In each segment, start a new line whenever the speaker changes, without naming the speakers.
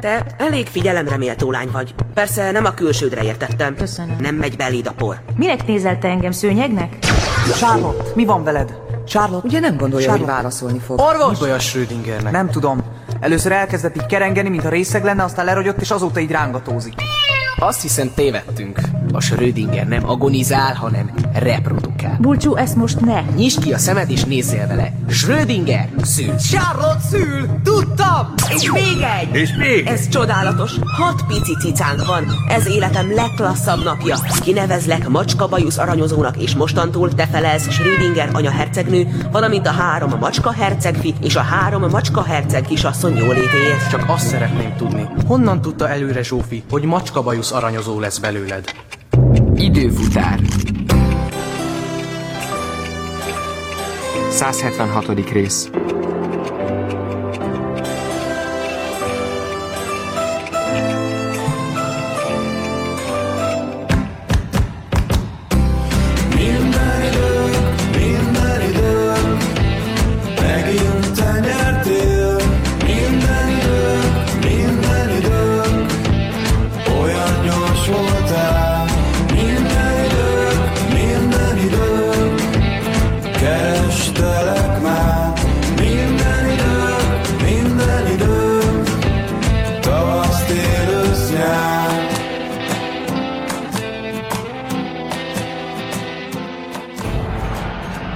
Te elég figyelemreméltó lány vagy. Persze nem a külsődre értettem.
Köszönöm.
Nem megy beléd a por.
Minek nézel te engem szőnyegnek?
Charlotte, mi van veled? Charlotte,
Ugye nem gondolja,
Charlotte.
hogy válaszolni fog.
Orvos!
Mi baj a Schrödingernek?
Nem tudom. Először elkezdett így kerengeni, mintha részeg lenne, aztán lerogyott, és azóta így rángatózik.
Azt hiszem tévedtünk. A Schrödinger nem agonizál, hanem reprodukál.
Bulcsú, ezt most ne!
Nyisd ki a szemed és nézzél vele. Schrödinger szül.
Charlotte szül! Tudtam! És még egy!
És még egy!
Ez csodálatos. Hat pici cicánk van. Ez életem legklasszabb napja. Kinevezlek macska bajusz aranyozónak, és mostantól te felelsz Schrödinger anya hercegnő, valamint a három macska hercegfi és a három macska herceg kisasszony jólétéért.
Csak azt szeretném tudni, honnan tudta előre Zsófi, hogy macskabajusz aranyozó lesz belőled?
Időfutár 176. rész
Kerestelek már minden időm, minden időm, tavasz, tél, ősz, nyár.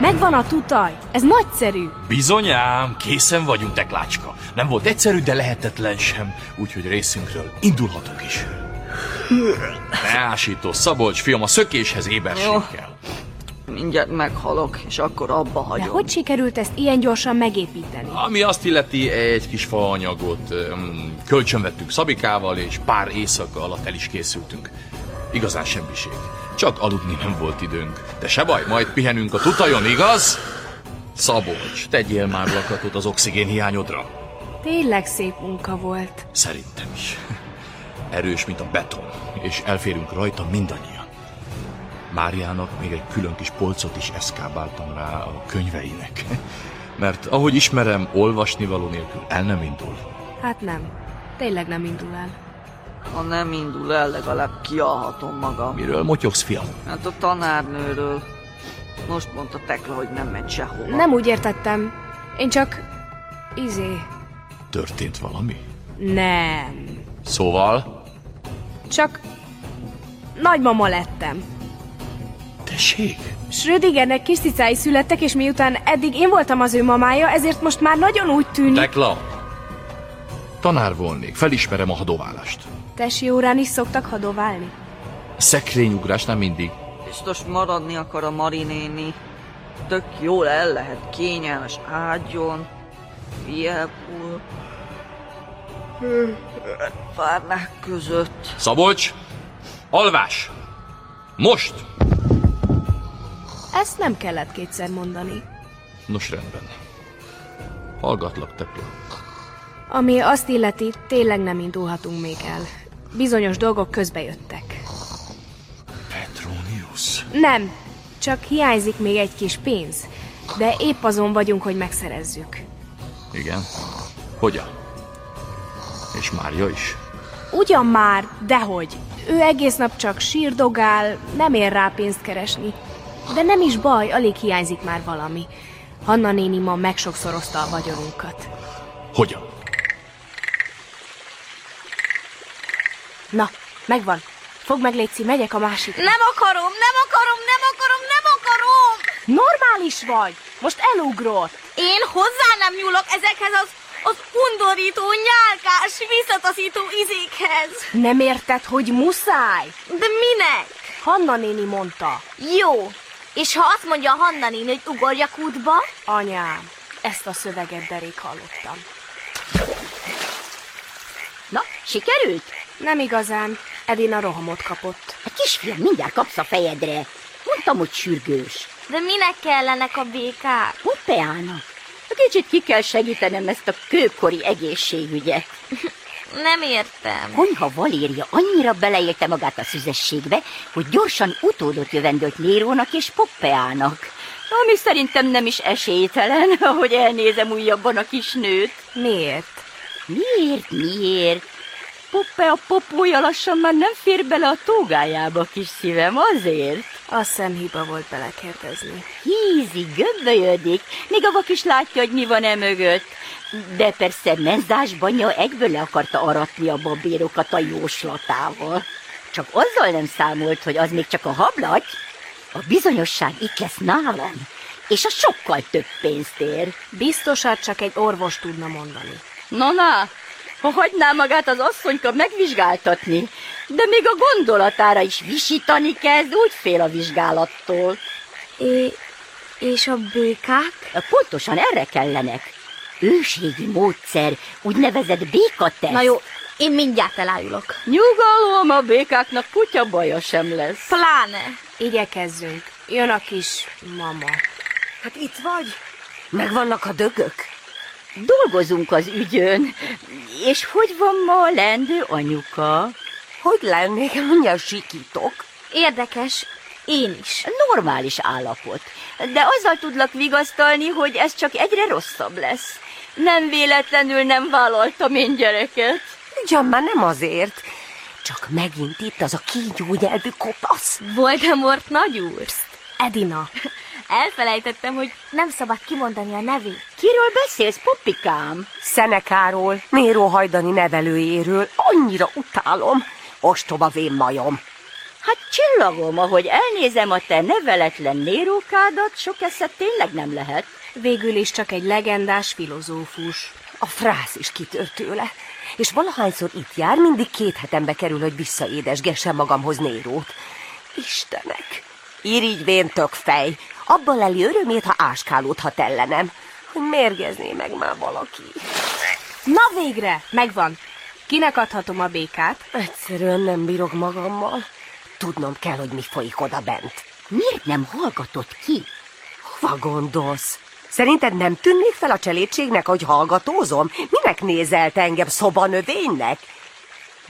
Megvan a tutaj! Ez nagyszerű!
Bizonyám, készen vagyunk, teklácska. Nem volt egyszerű, de lehetetlen sem, úgyhogy részünkről indulhatunk is. Ne ásító, Szabolcs fiam, a szökéshez éberség kell.
Mindjárt meghalok, és akkor abba
De
hagyom.
hogy sikerült ezt ilyen gyorsan megépíteni?
Ami azt illeti, egy kis faanyagot öm, kölcsönvettünk Szabikával, és pár éjszaka alatt el is készültünk. Igazán semmiség. Csak aludni nem volt időnk. De se baj, majd pihenünk a tutajon, igaz? Szabolcs, tegyél már lakatot az oxigén hiányodra.
Tényleg szép munka volt.
Szerintem is. Erős, mint a beton, és elférünk rajta mindannyian. Máriának még egy külön kis polcot is eszkábáltam rá a könyveinek. Mert ahogy ismerem, olvasni való nélkül el nem indul.
Hát nem. Tényleg nem indul el.
Ha nem indul el, legalább kialhatom magam.
Miről motyogsz, fiam?
Hát a tanárnőről. Most mondta Tekla, hogy nem megy sehova.
Nem úgy értettem. Én csak... Izé...
Történt valami?
Nem.
Szóval?
Csak... Nagymama lettem.
Tessék?
Schrödingernek kis cicái születtek, és miután eddig én voltam az ő mamája, ezért most már nagyon úgy tűnik...
Tekla! Tanár volnék, felismerem a hadoválást.
Tesi órán is szoktak hadoválni.
Szekrényugrás nem mindig.
Biztos maradni akar a Mari néni. Tök jól el lehet kényelmes ágyon. Fiepul. Párnák között.
Szabolcs! Alvás! Most!
Ezt nem kellett kétszer mondani.
Nos, rendben. Hallgatlak, Tekla.
Ami azt illeti, tényleg nem indulhatunk még el. Bizonyos dolgok közbejöttek.
Petronius.
Nem, csak hiányzik még egy kis pénz. De épp azon vagyunk, hogy megszerezzük.
Igen. Hogyan? És Mária is.
Ugyan már, dehogy. Ő egész nap csak sírdogál, nem ér rá pénzt keresni. De nem is baj, alig hiányzik már valami. Hanna néni ma megsokszorozta a vagyonunkat.
Hogyan?
Na, megvan. Fogd meg, Léci, megyek a másik.
Nem akarom, nem akarom, nem akarom, nem akarom!
Normális vagy! Most elugrott!
Én hozzá nem nyúlok ezekhez az, az undorító, nyálkás, visszataszító izékhez.
Nem érted, hogy muszáj?
De minek?
Hanna néni mondta.
Jó. És ha azt mondja a Hanna néni, hogy ugorjak útba,
Anyám, ezt a szöveget derék hallottam.
Na, sikerült?
Nem igazán. Edina rohamot kapott.
Hát kisfiam, mindjárt kapsz a fejedre. Mondtam, hogy sürgős.
de minek kellenek a békák?
Hoppána. Kicsit ki kell segítenem ezt a kőkori egészségügyet.
Nem értem.
Konyha Valéria annyira beleélte magát a szüzességbe, hogy gyorsan utódot jövendőlt Nérónak és Poppeának. Ami szerintem nem is esélytelen, ahogy elnézem újabban a kis nőt.
Miért?
Miért, miért? Poppe a popója lassan már nem fér bele a tógájába, kis szívem, azért.
Azt hiszem hiba volt belekérdezni.
Hízi, gömbölyödik, még a vak is látja, hogy mi van e mögött. De persze mezdás banya egyből le akarta aratni a babérokat a jóslatával. Csak azzal nem számolt, hogy az még csak a hablagy. A bizonyosság itt lesz nálam, és a sokkal több pénzt ér.
Biztosat hát csak egy orvos tudna mondani.
Na, na, ha hagyná magát az asszonyka megvizsgáltatni, de még a gondolatára is visítani kezd, úgy fél a vizsgálattól.
É, és a békák?
Pontosan erre kellenek. Őségi módszer, úgynevezett békateszt.
Na jó, én mindjárt elájulok.
Nyugalom, a békáknak kutya baja sem lesz.
Pláne.
Igyekezzünk. Jön a kis mama.
Hát itt vagy? Megvannak a dögök? Dolgozunk az ügyön. És hogy van ma a lendő anyuka? Hogy lennék? Mindjárt sikítok.
Érdekes. Én is.
Normális állapot. De azzal tudlak vigasztalni, hogy ez csak egyre rosszabb lesz. Nem véletlenül nem vállaltam én gyereket.
Ugyan már nem azért. Csak megint itt az a kígyó nyelvű kopasz.
Voldemort nagyúr.
Edina.
Elfelejtettem, hogy nem szabad kimondani a nevét.
Kiről beszélsz, Poppikám?
Szenekáról, Néró hajdani nevelőjéről. Annyira utálom. Ostoba vén majom.
Hát csillagom, ahogy elnézem a te neveletlen nérókádat, sok esze tényleg nem lehet.
Végül is csak egy legendás filozófus.
A frász is kitört tőle. És valahányszor itt jár, mindig két hetembe kerül, hogy visszaédesgessem magamhoz Nérót. Istenek! Irigy vén tök fej! Abban leli örömét, ha áskálódhat ellenem. Hogy mérgezné meg már valaki.
Na végre! Megvan! Kinek adhatom a békát?
Egyszerűen nem bírok magammal. Tudnom kell, hogy mi folyik oda bent.
Miért nem hallgatott ki?
Hova gondolsz? Szerinted nem tűnnék fel a cselédségnek, hogy hallgatózom? Minek nézel te engem szobanövénynek?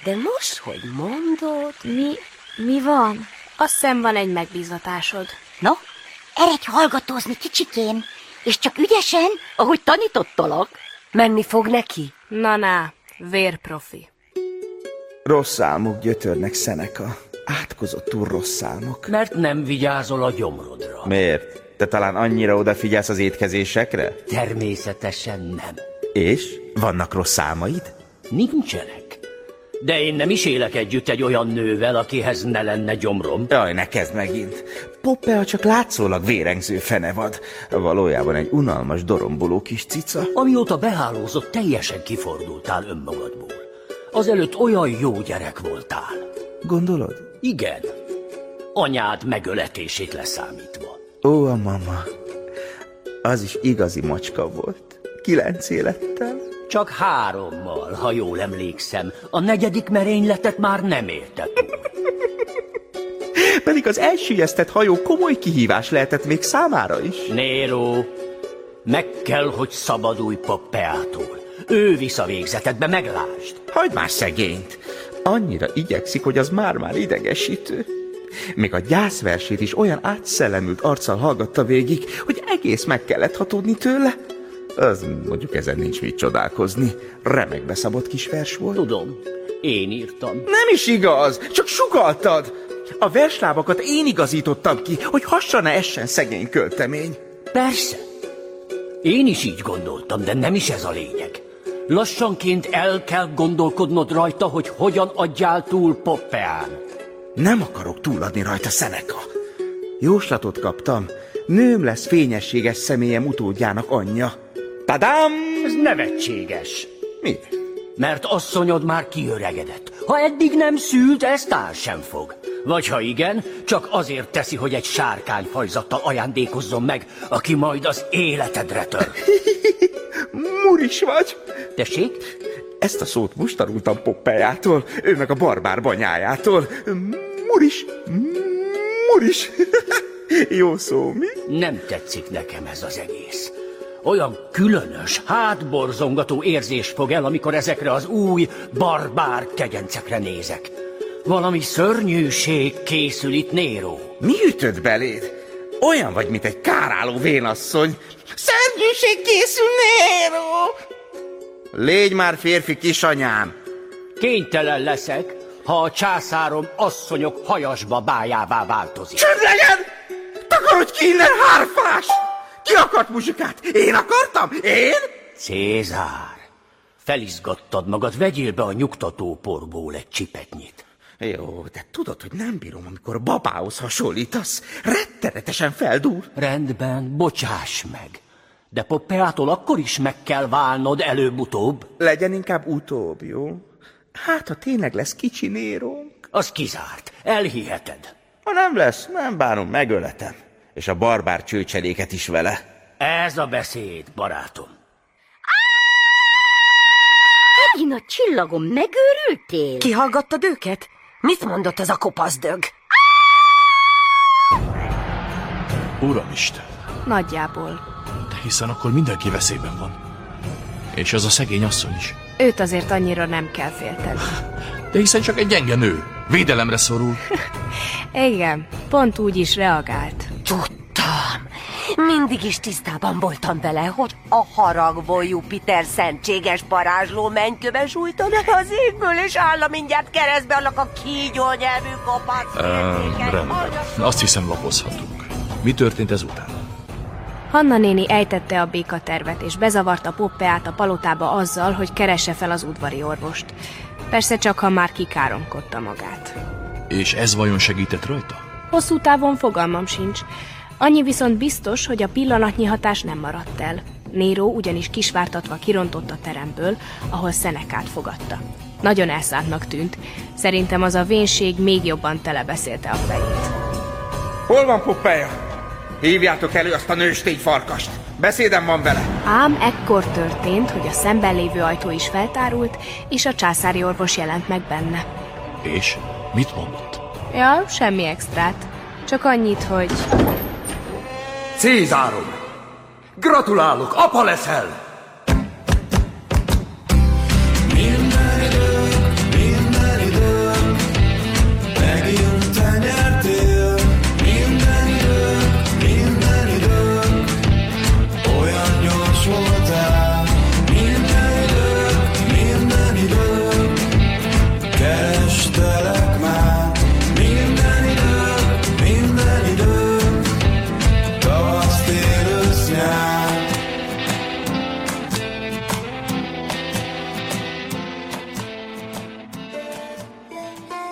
De most, hogy mondod...
Mi, mi van?
Azt hiszem van egy megbízatásod.
No, eredj hallgatózni kicsikén, és csak ügyesen, ahogy tanítottalak.
Menni fog neki?
Na, na, vérprofi.
Rossz álmok gyötörnek Szeneka. Átkozottul rossz álmok.
Mert nem vigyázol a gyomrodra.
Miért? Te talán annyira odafigyelsz az étkezésekre?
Természetesen nem.
És? Vannak rossz álmaid?
Nincsenek. De én nem is élek együtt egy olyan nővel, akihez ne lenne gyomrom.
Jaj, ne kezd megint. Poppea csak látszólag vérengző fenevad. Valójában egy unalmas, doromboló kis cica.
Amióta behálózott, teljesen kifordultál önmagadból. Azelőtt olyan jó gyerek voltál.
Gondolod?
Igen. Anyád megöletését leszámítva.
Ó, a mama. Az is igazi macska volt. Kilenc élettel.
Csak hárommal, ha jól emlékszem. A negyedik merényletet már nem érte túl.
Pedig az elsüllyesztett hajó komoly kihívás lehetett még számára is.
Néró, meg kell, hogy szabadulj Poppeától. Ő visz a végzetedbe, meglásd.
Hagyd már szegényt! Annyira igyekszik, hogy az már-már idegesítő. Még a gyászversét is olyan átszellemült arccal hallgatta végig, hogy egész meg kellett hatódni tőle. Az mondjuk ezen nincs mit csodálkozni. Remek beszabott kis vers volt.
Tudom, én írtam.
Nem is igaz, csak sugaltad! A verslábakat én igazítottam ki, hogy hasra ne essen szegény költemény.
Persze. Én is így gondoltam, de nem is ez a lényeg. Lassanként el kell gondolkodnod rajta, hogy hogyan adjál túl Poppeán.
Nem akarok túladni rajta, Szeneka. Jóslatot kaptam. Nőm lesz fényességes személyem utódjának anyja. Tadám!
Ez nevetséges.
Mi?
Mert asszonyod már kiöregedett. Ha eddig nem szült, ezt áll sem fog. Vagy ha igen, csak azért teszi, hogy egy sárkány fajzattal ajándékozzon meg, aki majd az életedre tör.
Muris vagy!
Tessék?
Ezt a szót most tanultam Poppejától, ő meg a barbár banyájától. Muris! Muris! Jó szó, mi?
Nem tetszik nekem ez az egész. Olyan különös, hátborzongató érzés fog el, amikor ezekre az új, barbár kegyencekre nézek. Valami szörnyűség készül itt, Néró.
Mi ütött beléd? Olyan vagy, mint egy káráló vénasszony. Szörnyűség készül, Nero! Légy már férfi kisanyám!
Kénytelen leszek, ha a császárom asszonyok hajasba bájává változik.
Csönd legyen! Takarodj ki innen, hárfás! Ki akart muzsikát? Én akartam? Én?
Cézár, felizgattad magad, vegyél be a nyugtató porból egy csipetnyit.
Jó, de tudod, hogy nem bírom, amikor babához hasonlítasz. Rettenetesen feldúl.
Rendben, bocsáss meg. De Poppeától akkor is meg kell válnod előbb-utóbb.
Legyen inkább utóbb, jó? Hát, ha tényleg lesz kicsi nérónk.
Az kizárt. Elhiheted.
Ha nem lesz, nem bánom, megöletem. És a barbár csőcseléket is vele.
Ez a beszéd, barátom.
Megint a csillagom, megőrültél?
Kihallgattad őket? Mit mondott az a kopasz dög?
Uramisten,
Nagyjából.
de hiszen akkor mindenki veszélyben van. És az a szegény asszony is.
Őt azért annyira nem kell félteni.
De hiszen csak egy gyenge nő. Védelemre szorul.
Igen, pont úgy is reagált.
Tudtam. Mindig is tisztában voltam vele, hogy a haragból Jupiter szentséges parázsló mennykövön sújtana az égből, és áll a mindjárt keresztbe annak a kígyó nyelvű kopasz.
Ehm, rendben. Azt hiszem lapozhatunk. Mi történt ezután?
Hanna néni ejtette a béka tervet, és bezavarta Poppeát a palotába azzal, hogy keresse fel az udvari orvost. Persze csak, ha már kikáromkodta magát.
És ez vajon segített rajta?
Hosszú távon fogalmam sincs. Annyi viszont biztos, hogy a pillanatnyi hatás nem maradt el. Néró ugyanis kisvártatva kirontott a teremből, ahol Szenekát fogadta. Nagyon elszántnak tűnt. Szerintem az a vénség még jobban telebeszélte a fejét.
Hol van Poppeja? Hívjátok elő azt a nőstény farkast. Beszédem van vele.
Ám ekkor történt, hogy a szemben lévő ajtó is feltárult, és a császári orvos jelent meg benne.
És mit mondott?
Ja, semmi extrát. Csak annyit, hogy...
Cézárom! Gratulálok, apa leszel!
Minden idők, megint te nyertél. Minden idők, minden idők, olyan gyors voltál. Minden idők, minden idők, kerestelek már. Minden idők, minden idők, tavasz, tél, ősz, nyár.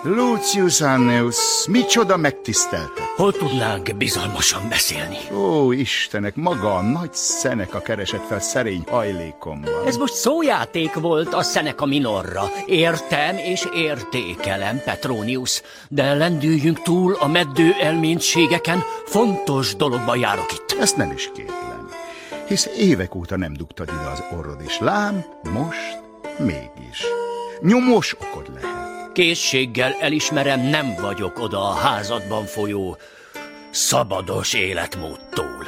Lucius Anneus, micsoda megtiszteltet!
Hol tudnánk bizalmasan beszélni?
Ó, Istenek, maga a nagy szenek a keresett fel szerény hajlékomban.
Ez most szójáték volt a Seneca Minorra. Értem és értékelem, Petronius, de lendüljünk túl a meddő elméntségeken, fontos dologba járok itt.
Ezt nem is kétlem, hisz évek óta nem dugtad ide az orrod, és lám, most mégis. Nyomos okod lehet.
Készséggel elismerem, nem vagyok oda a házadban folyó szabados életmódtól.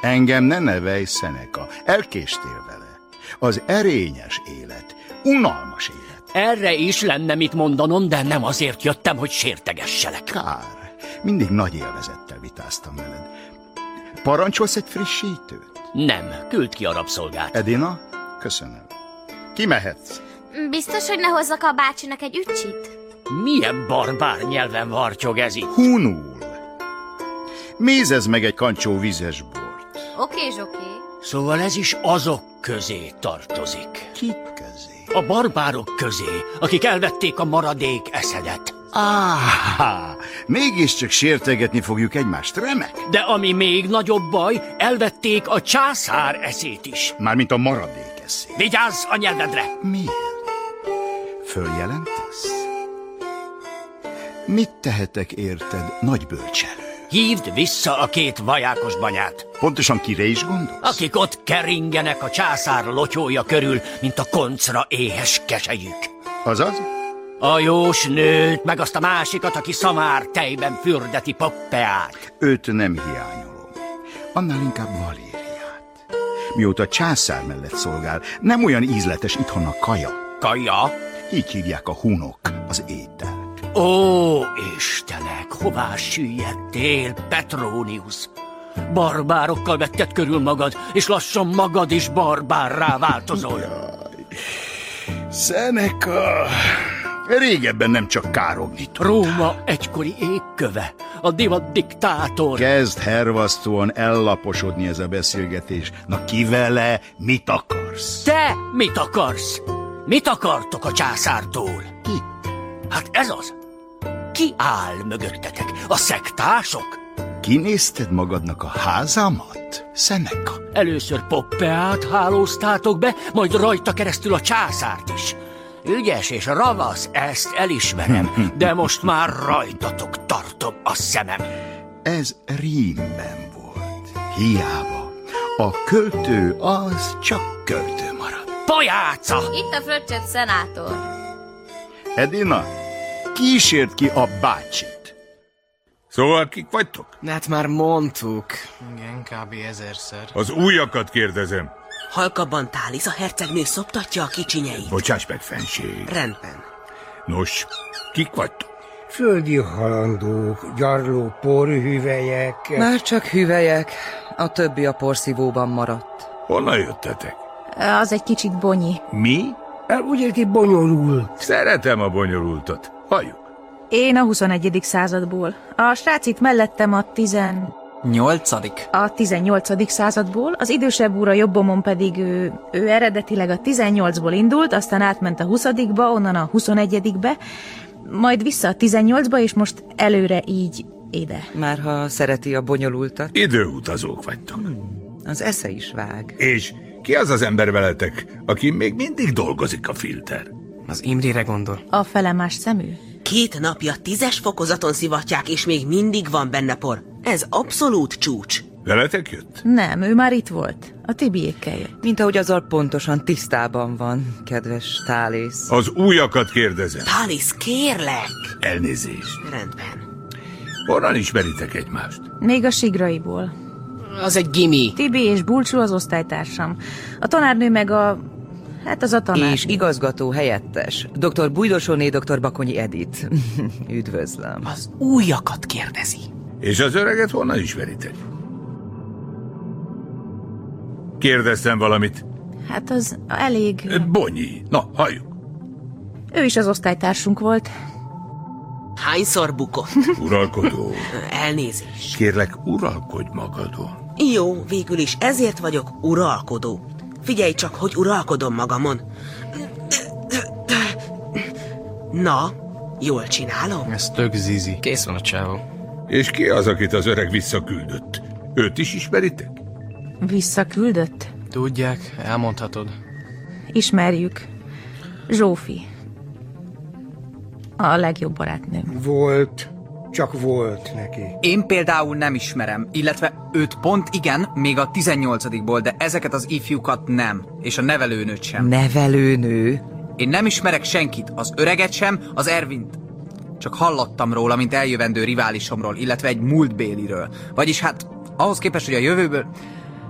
Engem ne nevelj, Szeneka, elkéstél vele. Az erényes élet, unalmas élet.
Erre is lenne mit mondanom, de nem azért jöttem, hogy sértegesselek.
Kár. Mindig nagy élvezettel vitáztam veled. Parancsolsz egy frissítőt?
Nem, küld ki a rabszolgát.
Edina, köszönöm. Kimehetsz.
Biztos, hogy ne hozzak a bácsinak egy ücsit?
Milyen barbár nyelven varcsog ez itt?
Hunul. Mézez meg egy kancsó vizes bor.
Oké, Zsoki.
Szóval ez is azok közé tartozik.
Kik közé?
A barbárok közé, akik elvették a maradék eszedet.
Áhá! Mégiscsak sértegetni fogjuk egymást, remek!
De ami még nagyobb baj, elvették a császár eszét is.
Mármint a maradék eszé.
Vigyázz a nyelvedre!
Miért? Följelentesz? Mit tehetek érted, nagy bölcselő?
Hívd vissza a két vajákos banyát,
Pontosan kire is gondol?
akik ott keringenek a császár lotyója körül, mint a koncra éhes keselyük.
Azaz?
A jós nőt, meg azt a másikat, aki szamár tejben fürdeti Poppeát.
Őt nem hiányolom. Annál inkább Valériát. Mióta császár mellett szolgál, nem olyan ízletes itthon a kaja.
Kaja?
Így hívják a hunok az étel.
Ó, Istenek, hová süllyedtél, Petronius? Barbárokkal vetted körül magad, és lassan magad is barbárrá változol.
Seneca, Régebben nem csak károgni tud.
Róma egykori égköve, a divat diktátor.
Kezd hervasztóan ellaposodni ez a beszélgetés. Na ki vele, mit akarsz?
Te mit akarsz? Mit akartok a császártól? Ki? Hát ez az. Ki áll mögöttetek? A szektások?
Kinézted magadnak a házamat? Szeneka.
Először Poppeát hálóztátok be, majd rajta keresztül a császárt is. Ügyes és ravasz, ezt elismerem, de most már rajtatok tartom a szemem.
Ez rímben volt. Hiába. A költő az csak költő marad.
Pajáca!
Itt a fröccsöt szenátor.
Edina, kísért ki a bácsit.
Szóval kik vagytok?
Hát már mondtuk.
Igen, kb. ezerszer.
Az újakat kérdezem.
Halkabban Tálisz a hercegnő szoptatja a kicsinyeit.
Bocsáss meg, fenség.
Rendben.
Nos, kik vagytok?
Földi halandók, gyarló porhüvelyek.
Már csak hüvelyek, a többi a porszívóban maradt.
Honnan jöttetek?
Az egy kicsit bonyi.
Mi?
El úgy érti bonyolul.
Szeretem a bonyolultat. Halljuk.
Én a 21. századból. A srác itt mellettem a tizen...
Nyolcadik.
A 18. századból, az idősebb úr a jobbomon pedig ő, ő eredetileg a 18-ból indult, aztán átment a 20-ba, onnan a 21-be, majd vissza a 18-ba, és most előre így ide.
Már ha szereti a bonyolultat.
Időutazók vagytok.
Az esze is vág.
És ki az az ember veletek, aki még mindig dolgozik a filter?
Az Imrire gondol.
A felemás szemű?
Két napja tízes fokozaton szivatják, és még mindig van benne por. Ez abszolút csúcs.
Veletek jött?
Nem, ő már itt volt. A Tibiékkel jött.
Mint ahogy azzal pontosan tisztában van, kedves Tálész.
Az újakat kérdezem.
Tálisz, kérlek!
Elnézést.
Rendben.
Honnan ismeritek egymást?
Még a sigraiból.
Az egy gimi.
Tibi és Bulcsú az osztálytársam. A tanárnő meg a... Hát az a tanár.
És igazgató helyettes. Dr. Bújdosóné, dr. Bakonyi Edit. Üdvözlöm.
Az újakat kérdezi.
És az öreget honnan ismeritek? Kérdeztem valamit.
Hát az elég...
Bonyi. Na, halljuk.
Ő is az osztálytársunk volt.
Hányszor bukott?
Uralkodó.
Elnézést.
Kérlek, uralkodj magadon.
Jó, végül is ezért vagyok uralkodó. Figyelj csak, hogy uralkodom magamon. Na, jól csinálom?
Ez tök zizi.
Kész van a csávó.
És ki az, akit az öreg visszaküldött? Őt is ismeritek?
Visszaküldött?
Tudják, elmondhatod.
Ismerjük. Zsófi. A legjobb barátnőm.
Volt, csak volt neki.
Én például nem ismerem, illetve őt pont igen, még a 18-ból, de ezeket az ifjúkat nem, és a nevelőnőt sem.
Nevelőnő.
Én nem ismerek senkit, az öreget sem, az Ervint. Csak hallottam róla, mint eljövendő riválisomról, illetve egy múltbéliről. Vagyis hát, ahhoz képest, hogy a jövőből...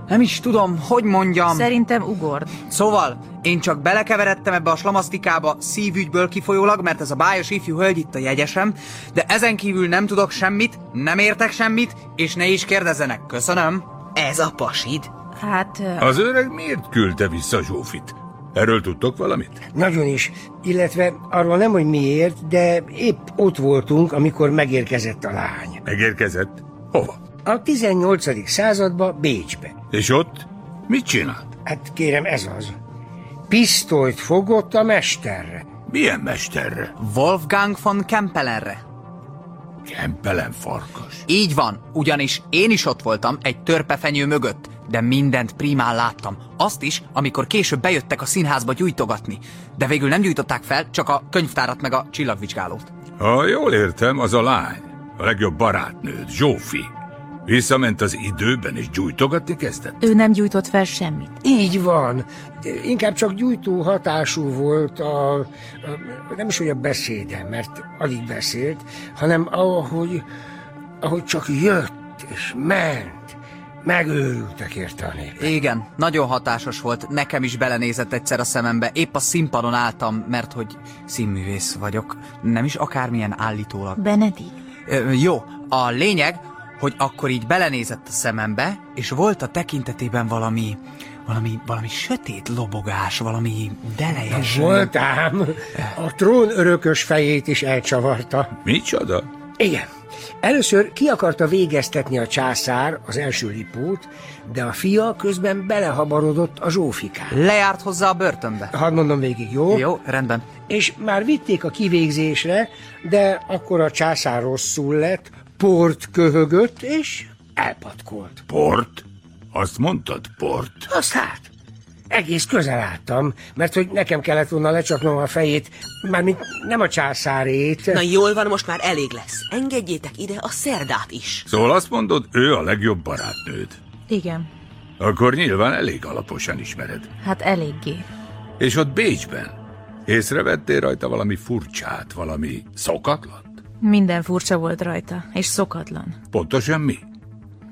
Nem is tudom, hogy mondjam...
Szerintem ugord.
Szóval, én csak belekeveredtem ebbe a slamasztikába szívügyből kifolyólag, mert ez a bájos ifjú hölgy itt a jegyesem, de ezen kívül nem tudok semmit, nem értek semmit, és ne is kérdezzenek, köszönöm.
Ez a pasid?
Hát... ö,
Az öreg miért küldte vissza Zsófit? Erről tudtok valamit?
Nagyon is. Illetve arról nem, hogy miért, de épp ott voltunk, amikor megérkezett a lány.
Megérkezett? Hova?
A 18. századba Bécsbe.
És ott? Mit csinált?
Hát kérem, ez az. Pisztolyt fogott a mesterre.
Milyen mesterre?
Wolfgang von Kempelenre.
Kempelen farkas.
Így van, ugyanis én is ott voltam egy törpefenyő mögött, de mindent primán láttam. Azt is, amikor később bejöttek a színházba gyújtogatni. De végül nem gyújtották fel, csak a könyvtárat meg a csillagvizsgálót.
Ha jól értem, az a lány, a legjobb barátnőd, Zsófi. Visszament az időben, és gyújtogatni kezdett?
Ő nem gyújtott fel semmit.
Így van. Inkább csak gyújtó hatású volt a, a nem is, hogy a beszéde, mert alig beszélt, hanem ahogy, ahogy csak jött és ment. Megőrültek érte a nép.
Igen, nagyon hatásos volt, nekem is belenézett egyszer a szemembe. Épp a színpadon álltam, mert hogy színművész vagyok, nem is akármilyen állítólag.
Benedik.
Ö, jó, a lényeg, hogy akkor így belenézett a szemembe, és volt a tekintetében valami, valami, valami sötét lobogás, valami delejes...
Volt ám, a trón örökös fejét is elcsavarta.
Micsoda?
Igen. Először ki akarta végeztetni a császár az első lipót, de a fia közben belehabarodott a zsófikán.
Lejárt hozzá a börtönbe.
Hadd mondom végig, jó?
Jó, rendben.
És már vitték a kivégzésre, de akkor a császár rosszul lett, port köhögött, és elpatkolt.
Port? Azt mondtad, port?
Azt hát, egész közel álltam, mert hogy nekem kellett volna lecsapnom a fejét, mármint nem a császárét.
Na jól van, most már elég lesz. Engedjétek ide a szerdát is.
Szóval azt mondod, ő a legjobb barátnőd.
Igen,
Akkor nyilván elég alaposan ismered.
hát eléggé.
És ott Bécsben észrevettél rajta valami furcsát, valami szokatlan?
Minden furcsa volt rajta, és szokatlan.
Pontosan mi?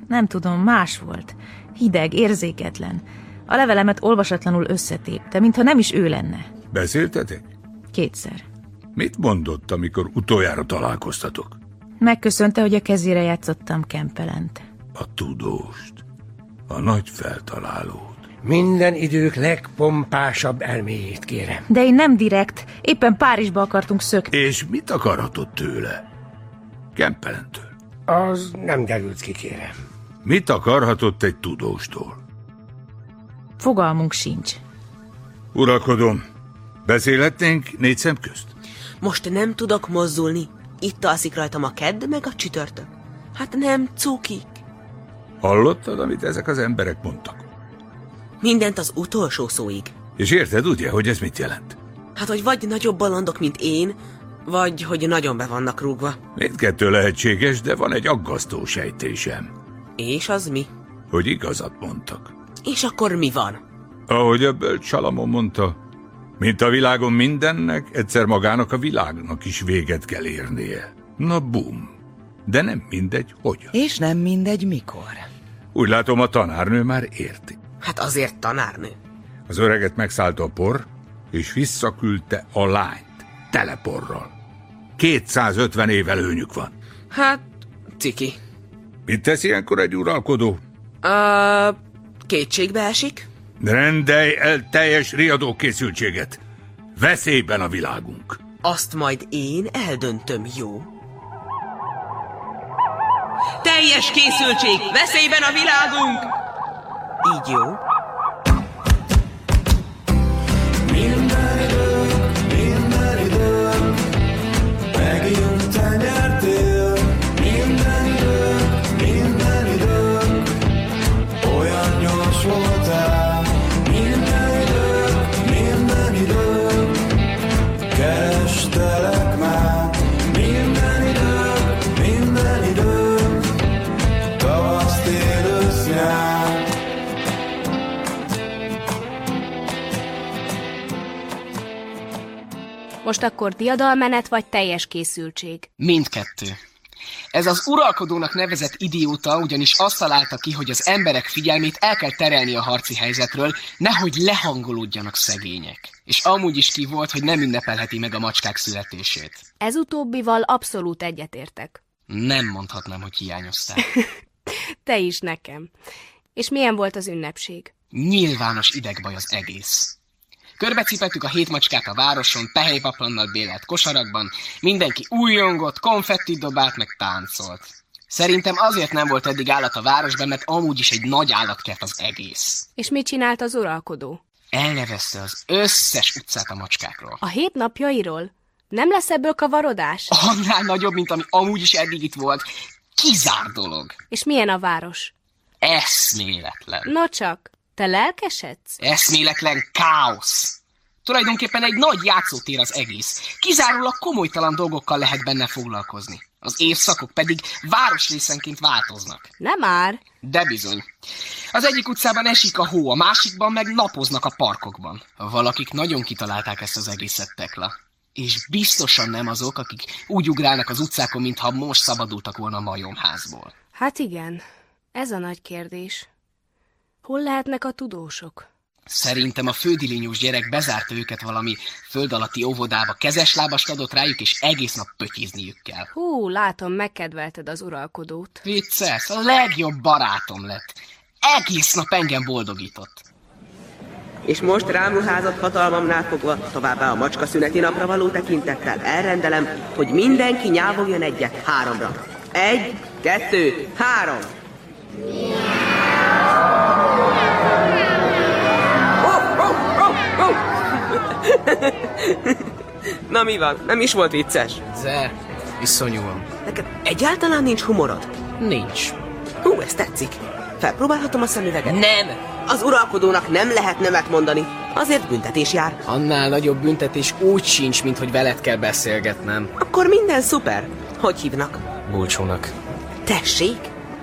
Nem tudom, más volt. Hideg, érzéketlen. A levelemet olvasatlanul összetépte, mintha nem is ő lenne.
Beszéltetek?
Kétszer.
Mit mondott, amikor utoljára találkoztatok?
Megköszönte, hogy a kezére játszottam Kempelent.
A tudóst, a nagy feltalálót.
Minden idők legpompásabb elméjét kérem.
De én nem direkt, éppen Párizsba akartunk szökni.
És mit akarhatod tőle? Kempelentől.
Az nem derült ki, kérem.
Mit akarhatott egy tudóstól?
Fogalmunk sincs.
Urakodom, beszélhetnénk négy szem közt?
Most nem tudok mozdulni. Itt alszik rajtam a kedd, meg a csütörtök. Hát nem, cuki.
Hallottad, amit ezek az emberek mondtak?
Mindent az utolsó szóig.
És érted ugye, hogy ez mit jelent?
Hát, hogy vagy nagyobb bolondok, mint én, vagy hogy nagyon be vannak rúgva.
Mindkettő lehetséges, de van egy aggasztó sejtésem,
És az mi?
hogy igazat mondtak.
És akkor mi van?
Ahogy a bölcs Salamon mondta, mint a világon mindennek, egyszer magának a világnak is véget kell érnie. Na bum. De nem mindegy, hogy.
És nem mindegy mikor.
Úgy látom, a tanárnő már érti.
Hát azért tanárnő.
Az öreget megszállta a por, és visszaküldte a lányt teleporral. 250 év előnyük van.
Hát, ciki.
Mit tesz ilyenkor egy uralkodó?
Ö, kétségbe esik?
Rendelj el teljes riadókészültséget. Veszélyben a világunk.
Azt majd én eldöntöm, jó? Teljes készültség! Veszélyben a világunk! Így jó.
Minden idők, megint nyertél. Minden idők, minden idők, olyan gyors voltál. Minden idők, minden idők, kerestelek már. Minden idők, minden idők, tavasz, tél, ősz, nyár.
Most akkor diadalmenet vagy teljes készültség?
Mindkettő. Ez az uralkodónak nevezett idióta ugyanis azt találta ki, hogy az emberek figyelmét el kell terelni a harci helyzetről, nehogy lehangolódjanak szegények. És amúgy is ki volt, hogy nem ünnepelheti meg a macskák születését.
Ez utóbbival abszolút egyetértek.
Nem mondhatnám, hogy hiányozták.
Te is nekem. És milyen volt az ünnepség?
Nyilvános idegbaj az egész. Körbecipettük a hét macskát a városon, pehelypaplannal bélelt kosarakban, mindenki újongott, konfettit dobált, meg táncolt. Szerintem azért nem volt eddig állat a városban, mert amúgy is egy nagy állatkert az egész.
És mit csinált az uralkodó?
Elnevezte az összes utcát a macskákról.
A hét napjairól? Nem lesz ebből kavarodás?
Annál nagyobb, mint ami amúgy is eddig itt volt. Kizár dolog.
És milyen a város?
Eszméletlen.
No csak, te lelkesedsz?
Eszméletlen káosz. Tulajdonképpen egy nagy játszótér az egész. Kizárólag komolytalan dolgokkal lehet benne foglalkozni. Az évszakok pedig városrészenként változnak.
Nem már.
De bizony. Az egyik utcában esik a hó, a másikban meg napoznak a parkokban. Valakik nagyon kitalálták ezt az egészet, Tekla. És biztosan nem azok, akik úgy ugrálnak az utcákon, mintha most szabadultak volna a majomházból.
Hát igen, ez a nagy kérdés. Hol lehetnek a tudósok?
Szerintem a földilényós gyerek bezárta őket valami föld alatti óvodába, kezes lábast adott rájuk, és egész nap pötyizniük kell.
Hú, látom, megkedvelted az uralkodót.
Vicces, a legjobb barátom lett. Egész nap engem boldogított.
és most rám ruházott hatalmamnál fogva, továbbá a macska szüneti napra való tekintettel elrendelem, hogy mindenki nyávogjon egyet háromra. Egy, kettő, három! Na mi van? Nem is volt vicces?
De, iszonyúan.
Neked egyáltalán nincs humorod?
Nincs.
Hú, ez tetszik. Felpróbálhatom a szemüveget? Nem! Az uralkodónak nem lehet nemet mondani, azért büntetés jár.
Annál nagyobb büntetés úgy sincs, mint hogy veled kell beszélgetnem.
Akkor minden szuper. Hogy hívnak?
Bulcsónak.
Tessék?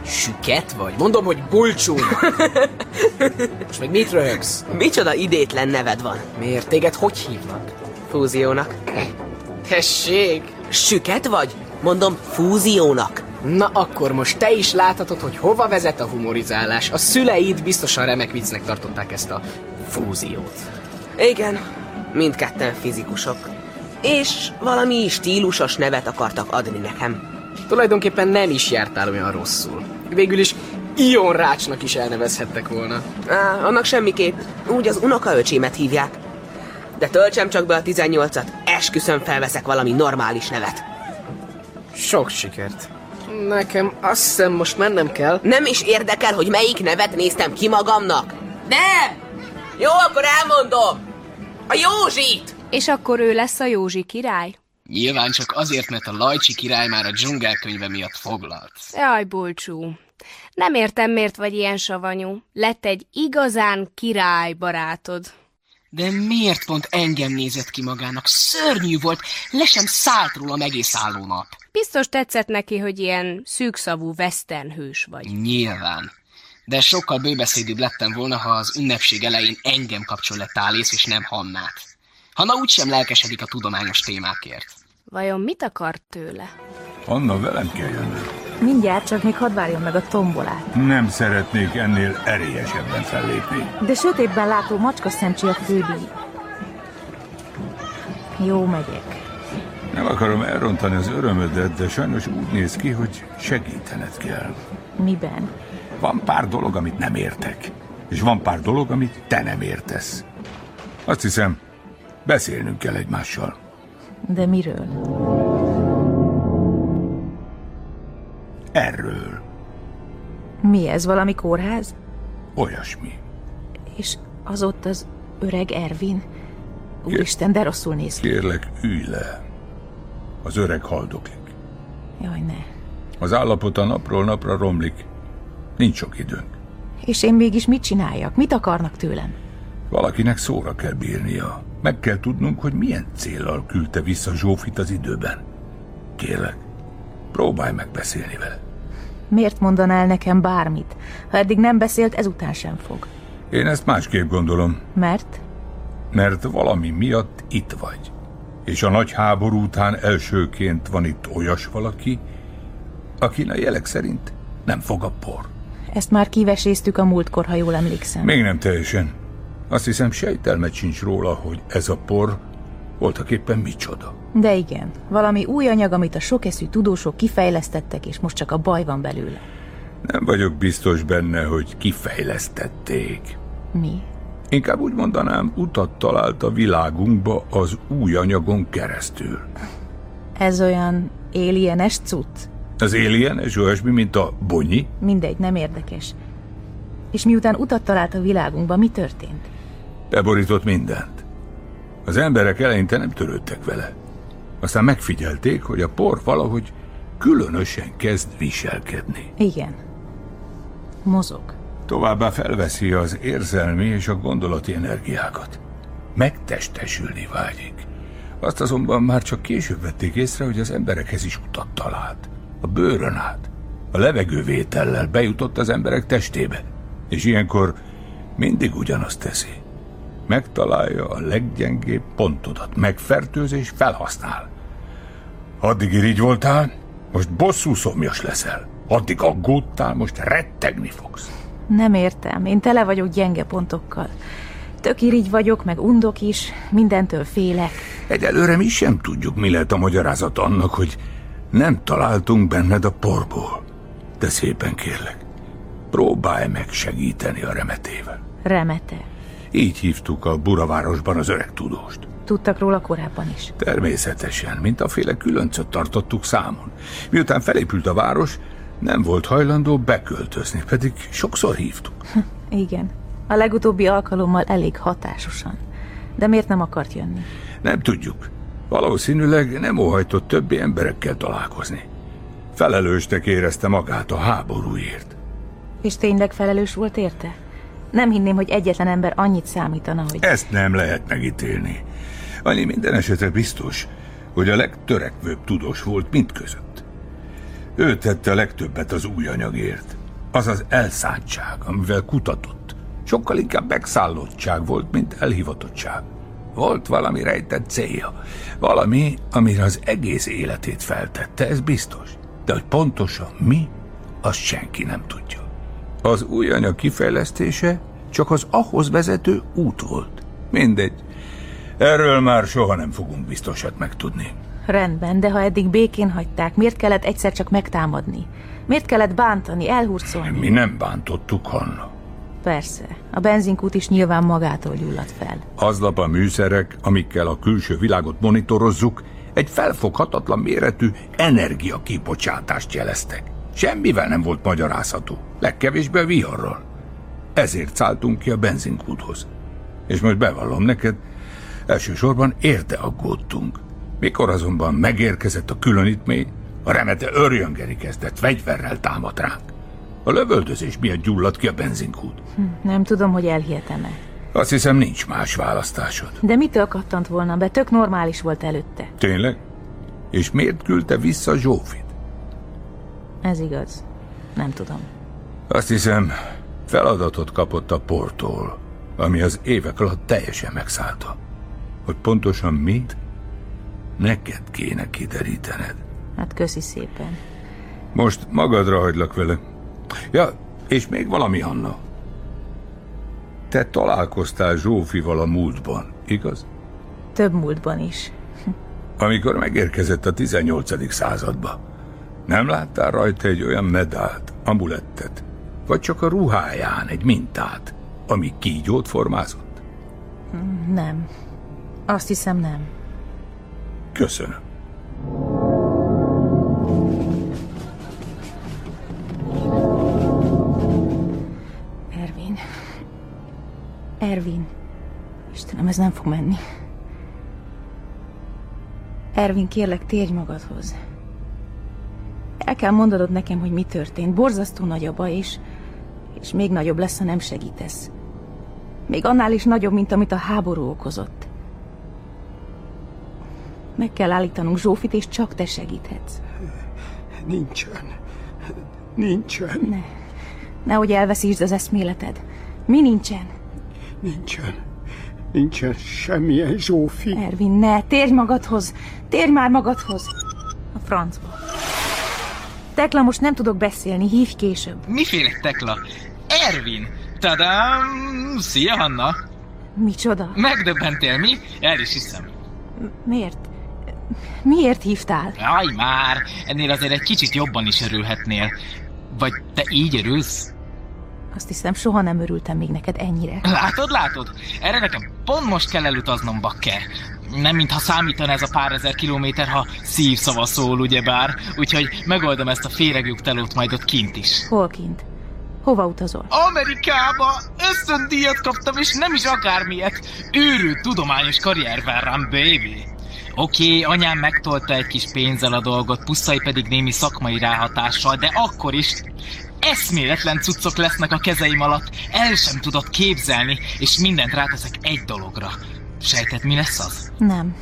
Süket vagy? Mondom, hogy bulcsónak. Most meg mit röhögsz?
Micsoda idétlen neved van.
Miért? Téged hogy hívnak?
Fúziónak.
Tessék!
Süket vagy? Mondom, fúziónak.
Na akkor most te is láthatod, hogy hova vezet a humorizálás. A szüleid biztosan remek viccnek tartották ezt a fúziót.
Igen, mindketten fizikusok. És valami stílusos nevet akartak adni nekem.
Tulajdonképpen nem is jártál olyan rosszul. Végül is Ion Rácsnak is elnevezhettek volna.
Á, annak semmiképp. Úgy az unokaöcsémet hívják. De töltsem csak be a 18-at, esküszöm felveszek valami normális nevet.
Sok sikert. Nekem azt hiszem most mennem kell.
Nem is érdekel, hogy melyik nevet néztem ki magamnak. Nem! Jó, akkor elmondom! A Józsit!
És akkor ő lesz a Józsi király?
Nyilván csak azért, mert a Lajcsi király már a dzsungelkönyve miatt foglalt.
Jaj, bulcsú. Nem értem, miért vagy ilyen savanyú. Lett egy igazán király barátod.
De miért pont engem nézett ki magának? Szörnyű volt, le sem szállt rólam egész álló nap.
Biztos tetszett neki, hogy ilyen szűkszavú western hős vagy.
Nyilván. De sokkal bőbeszédűbb lettem volna, ha az ünnepség elején engem kapcsol le Tálész, és nem Hannát. Hanna úgysem lelkesedik a tudományos témákért.
Vajon mit akart tőle?
Anna, velem kell jönnöd.
Mindjárt, Hát csak még hadd várjon meg a tombolát.
Nem szeretnék ennél erélyesebben fellépni.
De sötétben látó macska szemcsi a fődíj. Jó, megyek.
Nem akarom elrontani az örömödet, de sajnos úgy néz ki, hogy segítened kell.
Miben?
Van pár dolog, amit nem értek, és van pár dolog, amit te nem értesz. Azt hiszem, beszélnünk kell egymással.
De miről?
Erről.
Mi ez, valami kórház?
Olyasmi.
És az ott az öreg Ervin? Úristen, de rosszul néz ki.
Kérlek, ülj le. Az öreg haldoklik.
Jaj, ne.
Az állapota napról napra romlik. Nincs sok időnk.
És én mégis mit csináljak? Mit akarnak tőlem?
Valakinek szóra kell bírnia. Meg kell tudnunk, hogy milyen céllal küldte vissza Zsófit az időben. Kérlek, próbálj meg beszélni vele.
Miért mondanál nekem bármit? Ha eddig nem beszélt, ezután sem fog.
Én ezt másképp gondolom,
Mert?
mert valami miatt itt vagy. És a nagy háború után elsőként van itt olyas valaki, akin a jelek szerint nem fog a por.
Ezt már kiveséztük a múltkor, ha jól emlékszem.
Még nem teljesen. Azt hiszem sejtelmet sincs róla, hogy ez a por voltak éppen micsoda.
De igen, valami új anyag, amit a sokeszű tudósok kifejlesztettek, és most csak a baj van belőle.
Nem vagyok biztos benne, hogy kifejlesztették.
Mi?
Inkább úgy mondanám, utat talált a világunkba az új anyagon keresztül.
Ez olyan alienes cucc?
Az alien és olyasmi, mint a bonyi,
Mindegy, nem érdekes. És miután utat talált a világunkba, mi történt?
beborított mindent. Az emberek eleinte nem törődtek vele. Aztán megfigyelték, hogy a por valahogy különösen kezd viselkedni.
Igen. Mozog.
Továbbá felveszi az érzelmi és a gondolati energiákat. Megtestesülni vágyik. Azt azonban már csak később vették észre, hogy az emberekhez is utat talált. A bőrön át. A levegővétellel bejutott az emberek testébe. És ilyenkor mindig ugyanazt teszi. Megtalálja a leggyengébb pontodat, megfertőz és felhasznál. Addig irigy voltál, most bosszú szomjas leszel. Addig aggódtál, most rettegni fogsz.
Nem értem, én tele vagyok gyenge pontokkal. Tök irigy vagyok, meg undok is, mindentől félek.
Egyelőre mi sem tudjuk, mi lehet a magyarázat annak, hogy nem találtunk benned a porból. De szépen kérlek, próbálj meg segíteni a remetével.
Remete.
Így hívtuk a Buravárosban az öreg tudóst.
Tudtak róla korábban is.
Természetesen, mint a féle különcöt tartottuk számon. Miután felépült a város, nem volt hajlandó beköltözni, pedig sokszor hívtuk.
Igen. A legutóbbi alkalommal elég hatásosan. De miért nem akart jönni?
Nem tudjuk. Valószínűleg nem óhajtott többi emberekkel találkozni. Felelősnek érezte magát a háborúért.
És tényleg felelős volt érte? Nem hinném, hogy egyetlen ember annyit számítana, hogy...
Ezt nem lehet megítélni. Annyi minden esetre biztos, hogy a legtörekvőbb tudós volt mindközött. Ő tette a legtöbbet az új anyagért. Az az elszántság, amivel kutatott. Sokkal inkább megszállottság volt, mint elhivatottság. Volt valami rejtett célja. Valami, amire az egész életét feltette, ez biztos. De hogy pontosan mi, azt senki nem tudja. Az új anyag kifejlesztése csak az ahhoz vezető út volt. Mindegy. Erről már soha nem fogunk biztosat megtudni.
Rendben, de ha eddig békén hagyták, miért kellett egyszer csak megtámadni? Miért kellett bántani, elhurcolni?
Mi nem bántottuk Hanna.
Persze, a benzinkút is nyilván magától gyulladt fel.
Aznap a műszerek, amikkel a külső világot monitorozzuk, egy felfoghatatlan méretű energiakibocsátást jeleztek. Semmivel nem volt magyarázható, legkevésbé a viharral. Ezért szálltunk ki a benzinkúthoz. És most bevallom neked, elsősorban érte aggódtunk. Mikor azonban megérkezett a különítmény, a remete örjöngeni kezdett, fegyverrel támadt ránk. A lövöldözés miatt gyulladt ki a benzinkút.
Hm, nem tudom, hogy elhietem-e.
Azt hiszem, nincs más választásod.
De mitől kattant volna be? Tök normális volt előtte.
Tényleg? És miért küldte vissza Zsófit?
Ez igaz. Nem tudom.
Azt hiszem, feladatot kapott a portól, ami az évek alatt teljesen megszállta. Hogy pontosan mit? Neked kéne kiderítened.
Hát köszi szépen.
Most magadra hagylak vele. Ja, és még valami, Anna. Te találkoztál Zsófival a múltban, igaz?
Több múltban is.
Amikor megérkezett a 18. századba. Nem láttál rajta egy olyan medált, amulettet, vagy csak a ruháján egy mintát, ami kígyót formázott?
Hm, Nem. Azt hiszem nem.
Köszönöm.
Ervin. Ervin. Istenem, ez nem fog menni. Ervin, kérlek, térj magadhoz. El kell mondanod nekem, hogy mi történt. Borzasztó nagy a baj, és, és még nagyobb lesz, ha nem segítesz. Még annál is nagyobb, mint amit a háború okozott. Meg kell állítanunk Zsófit, és csak te segíthetsz.
Nincsen. Nincsen.
Ne. Nehogy elveszítsd az eszméleted. Mi nincsen?
Nincsen. Nincsen semmilyen Zsófi.
Ervin, ne, térj magadhoz! Térj már magadhoz! A francba. Tekla, most nem tudok beszélni, hívj később.
Miféle tekla? Ervin! Tadám! Szia, Hanna!
Micsoda?
Megdöbbentél, mi? El is hiszem.
M- Miért? Miért hívtál?
Jaj már! Ennél azért egy kicsit jobban is örülhetnél. Vagy te így örülsz?
Azt hiszem, soha nem örültem még neked ennyire.
Látod, látod? Erre nekem pont most kell elutaznom, bakker. Nem mintha számítana ez a pár ezer kilométer, ha szívszava szól, ugyebár. Úgyhogy megoldom ezt a féregők telót majd ott kint is.
Hol kint? Hova utazol?
Amerikába ösztöndíjat kaptam, és nem is akármilyet. Őrült tudományos karrier vár rám, baby. Oké, okay, anyám megtolta egy kis pénzzel a dolgot, puszai pedig némi szakmai ráhatással, de akkor is eszméletlen cuccok lesznek a kezeim alatt, el sem tudod képzelni, és mindent ráteszek egy dologra. Sejted, mi lesz az?
Nem.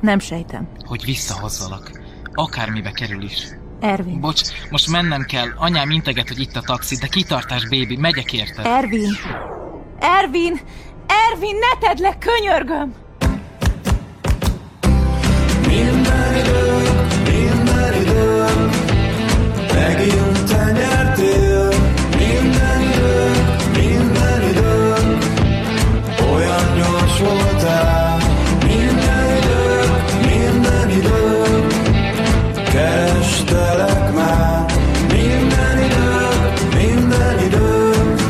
Nem sejtem.
Hogy visszahozzalak. Akármibe kerül is.
Ervin.
Bocs, most mennem kell. Anyám integet, hogy itt a taxi, de kitartás, bébi, megyek érted.
Ervin! Ervin! Ervin, ne tedd le, könyörgöm!
Minden idők, megint te nyertél. Minden idők, minden idők, olyan gyors voltál. Minden idők, minden idők, kerestelek már. Minden idők, minden idők,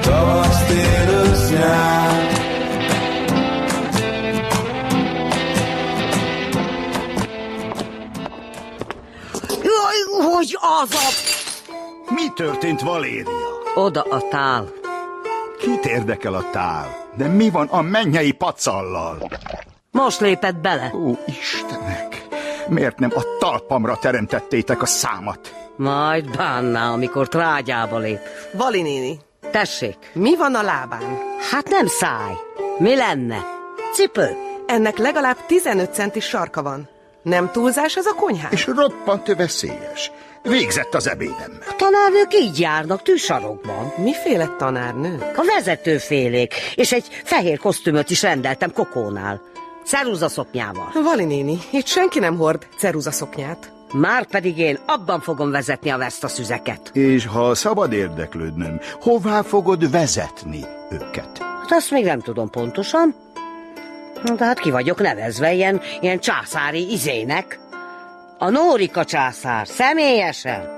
tavasz, tél, ősz, nyár.
hogy az a...
Mi történt, Valéria?
Oda a tál.
Kit érdekel a tál? De mi van a mennyei pacallal?
Most lépett bele.
Ó, Istenek! Miért nem a talpamra teremtettétek a számat?
Majd bánná, amikor trágyába lép.
Vali néni,
Tessék,
mi van a lábán?
hát nem száj. Mi lenne? Cipő.
Ennek legalább 15 centi sarka van. Nem túlzás ez a konyhán?
És roppant veszélyes. Végzett az ebédem.
A tanárnők így járnak tűsarokban.
Miféle tanárnő?
A vezetőfélék, és egy fehér kosztümöt is rendeltem kokónál. Ceruza szoknyával.
Vali néni, itt senki nem hord ceruzaszoknyát.
Már pedig én abban fogom vezetni a vesztaszüzeket.
És ha szabad érdeklődnöm, hová fogod vezetni őket?
Hát azt még nem tudom pontosan. De hát ki vagyok nevezve ilyen, ilyen császári izének. A Nórika császár, személyesen.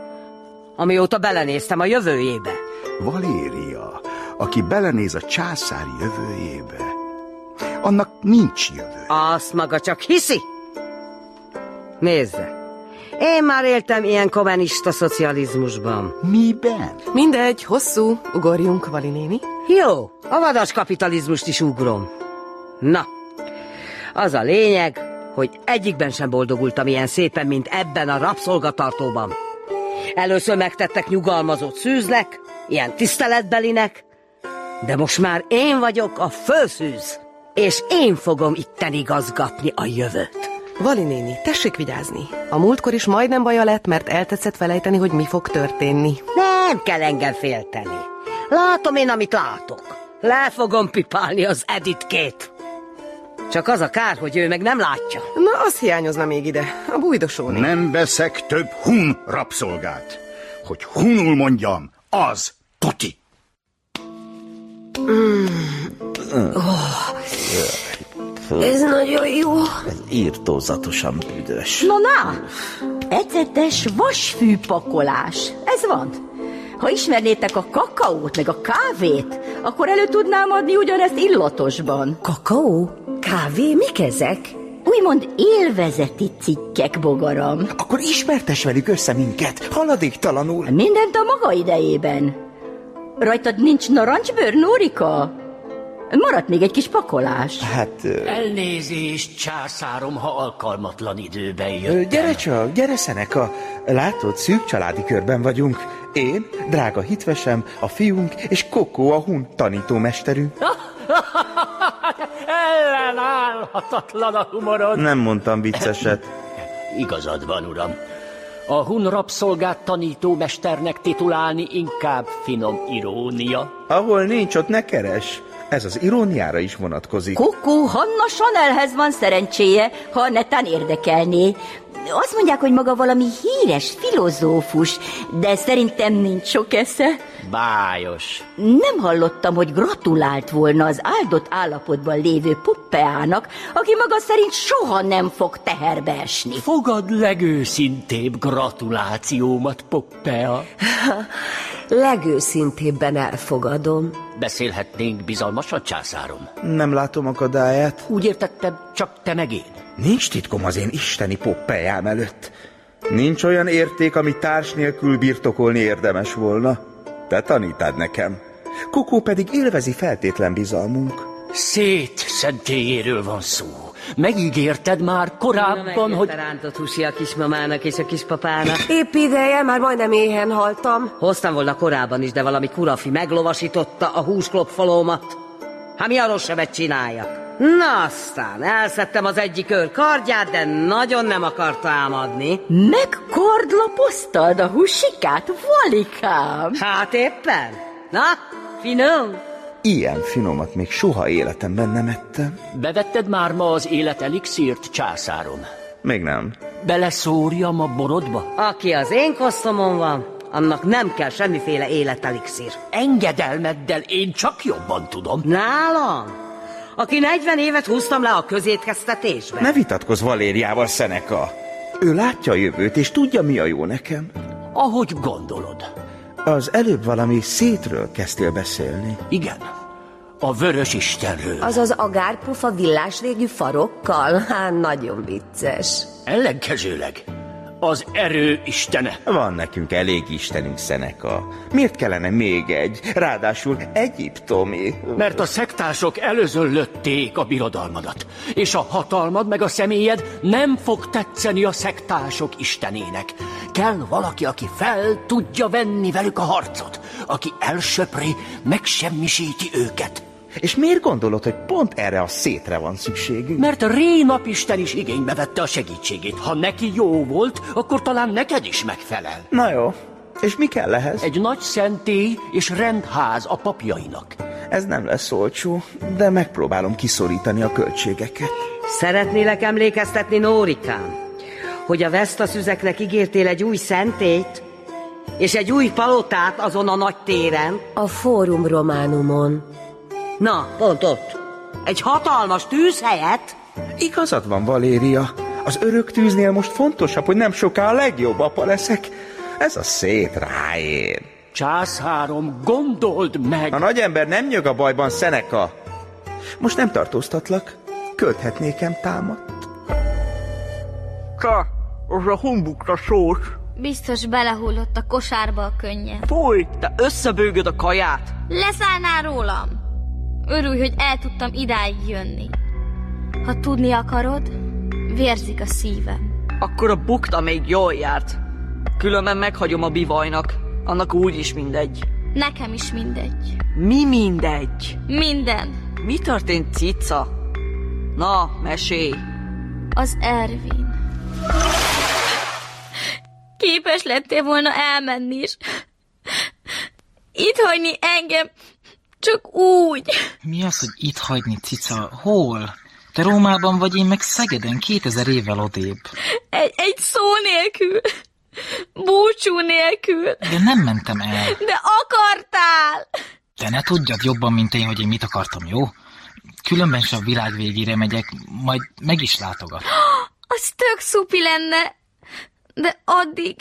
Amióta belenéztem a jövőjébe.
Valéria, aki belenéz a császár jövőjébe, annak nincs jövő.
Azt maga csak hiszi. Nézze, én már éltem ilyen kommunista szocializmusban.
Miben?
Mindegy, hosszú, ugorjunk, Vali néni.
Jó, a vadas kapitalizmust is ugrom. Na, az a lényeg, hogy egyikben sem boldogultam ilyen szépen, mint ebben a rabszolgatartóban. Először megtettek nyugalmazott szűznek, ilyen tiszteletbelinek, de most már én vagyok a főszűz, és én fogom itten igazgatni a jövőt.
Vali néni, tessék vigyázni. A múltkor is majdnem baja lett, mert eltetszett felejteni, hogy mi fog történni.
Nem kell engem félteni. Látom én, amit látok. Le fogom pipálni az Editkét. Csak az a kár, hogy ő meg nem látja.
Na, az hiányozna még ide, a bújdosóni.
Nem veszek több hun rabszolgát. Hogy hunul mondjam, az tuti.
Hmm,
Ez nagyon jó.
Ez írtózatosan büdös.
No na, ecetes vasfűpakolás. Ez van. Ha ismernétek a kakaót, meg a kávét, akkor elő tudnám adni ugyanezt illatosban. Kakaó? Kávé? Mik ezek? Úgymond élvezeti cikkek, bogaram.
Akkor ismertes velük össze minket, haladéktalanul.
Mindent a maga idejében. Rajtad nincs narancsbőr, Nórika? Maradt még egy kis pakolás.
Hát... ö,
Elnézést, császárom, ha alkalmatlan időben
ö,
jött.
Gyere csak, gyere Szeneka! Látod, szűk családi körben vagyunk. Én, drága hitvesem, a fiunk és Kokó a hun tanítómesterünk.
Ellenállhatatlan a humorod.
Nem mondtam vicceset.
Igazad van, uram. A hun rabszolgát tanító mesternek titulálni inkább finom irónia.
Ahol nincs, ott ne keres. Ez az iróniára is vonatkozik.
Kokó Hanna Chanelhez van szerencséje, ha netán érdekelné. Azt mondják, hogy maga valami híres filozófus, de szerintem nincs sok esze.
Bájos.
Nem hallottam, hogy gratulált volna az áldott állapotban lévő Poppeának, aki maga szerint soha nem fog teherbe esni.
Fogad legőszintébb gratulációmat, Poppea.
Legőszintébben elfogadom.
Beszélhetnénk bizalmasan, császárom.
Nem látom akadályát.
Úgy értettem, csak te meg én.
Nincs titkom az én isteni poppejám előtt. Nincs olyan érték, ami társ nélkül birtokolni érdemes volna. Te tanítád nekem. Kokó pedig élvezi feltétlen bizalmunk.
Szét szentélyéről van szó. Megígérted már korábban, hogy...
rántott húsi a kismamának és a kispapának. Épp ideje, már majdnem éhen haltam.
Hoztam volna korábban is, de valami kurafi meglovasította a húsklopfolómat. Hát mi a rossz sebet csináljak? Na aztán, elszedtem az egyik őr kardját, de nagyon nem akart támadni.
Megkordlapoztad a húsikát, valikám!
Hát éppen. Na, finom?
Ilyen finomat még soha életemben nem ettem.
Bevetted már ma az élet elixírt, császárom?
Még nem.
Beleszórjam a borodba?
Aki az én kosztomon van, annak nem kell semmiféle életelixír.
Engedelmeddel én csak jobban tudom.
Nálam? Aki 40 évet húztam le a közétkeztetésbe.
Ne vitatkozz Valériával, Szeneka! Ő látja a jövőt, és tudja, mi a jó nekem.
Ahogy gondolod.
Az előbb valami szétről kezdtél beszélni.
Igen. A vörös istenről.
Az az agárpufa villás végű farokkal? Hát, nagyon vicces.
Ellenkezőleg, az erő istene.
Van nekünk elég istenünk, Szeneka. Miért kellene még egy? Ráadásul egyiptomi.
Mert a szektások előzöllötték a birodalmadat, és a hatalmad meg a személyed nem fog tetszeni a szektások istenének. Kell valaki, aki fel tudja venni velük a harcot, aki elsöpri, megsemmisíti őket.
És miért gondolod, hogy pont erre a szétre van szükségünk?
Mert Ré napisten is igénybe vette a segítségét. Ha neki jó volt, akkor talán neked is megfelel.
Na jó. És mi kell ehhez?
Egy nagy szentély és rendház a papjainak.
Ez nem lesz olcsó, de megpróbálom kiszorítani a költségeket.
Szeretnélek emlékeztetni, Nórikám, hogy a Vestas üzeknek ígértél egy új szentét, és egy új palotát azon a nagy téren.
A Fórum Románumon.
Na, pont ott. Egy hatalmas tűzhelyet?
Igazad van, Valéria. Az örök tűznél most fontosabb, hogy nem soká a legjobb apa leszek. Ez a szét ráér.
Császárom, gondold meg!
A nagyember nem nyög a bajban, Szeneka. Most nem tartóztatlak. Költhetnékem támadt.
Te, az a humbukra sós.
Biztos belehullott a kosárba a könnye.
Fúj, te összebőgöd a kaját.
Leszállnál rólam? Örülj, hogy el tudtam idáig jönni. Ha tudni akarod, vérzik a szívem.
Akkor a bukta még jól járt. Különben meghagyom a bivajnak. Annak úgy is mindegy.
Nekem is mindegy.
Mi mindegy?
Minden.
Mi történt, cica? Na, mesélj.
Az Ervin. Képes lettél volna elmenni is. Itt hagyni engem, csak úgy.
Mi az, hogy itt hagyni, cica? Hol? Te Rómában vagy, én meg Szegeden, 2000 évvel odébb.
Egy, egy szó nélkül. Búcsú nélkül.
De nem mentem el.
De akartál!
Te ne tudjad jobban, mint én, hogy én mit akartam, jó? Különben sem a világ végére megyek, majd meg is látogat.
Az tök szupi lenne. De addig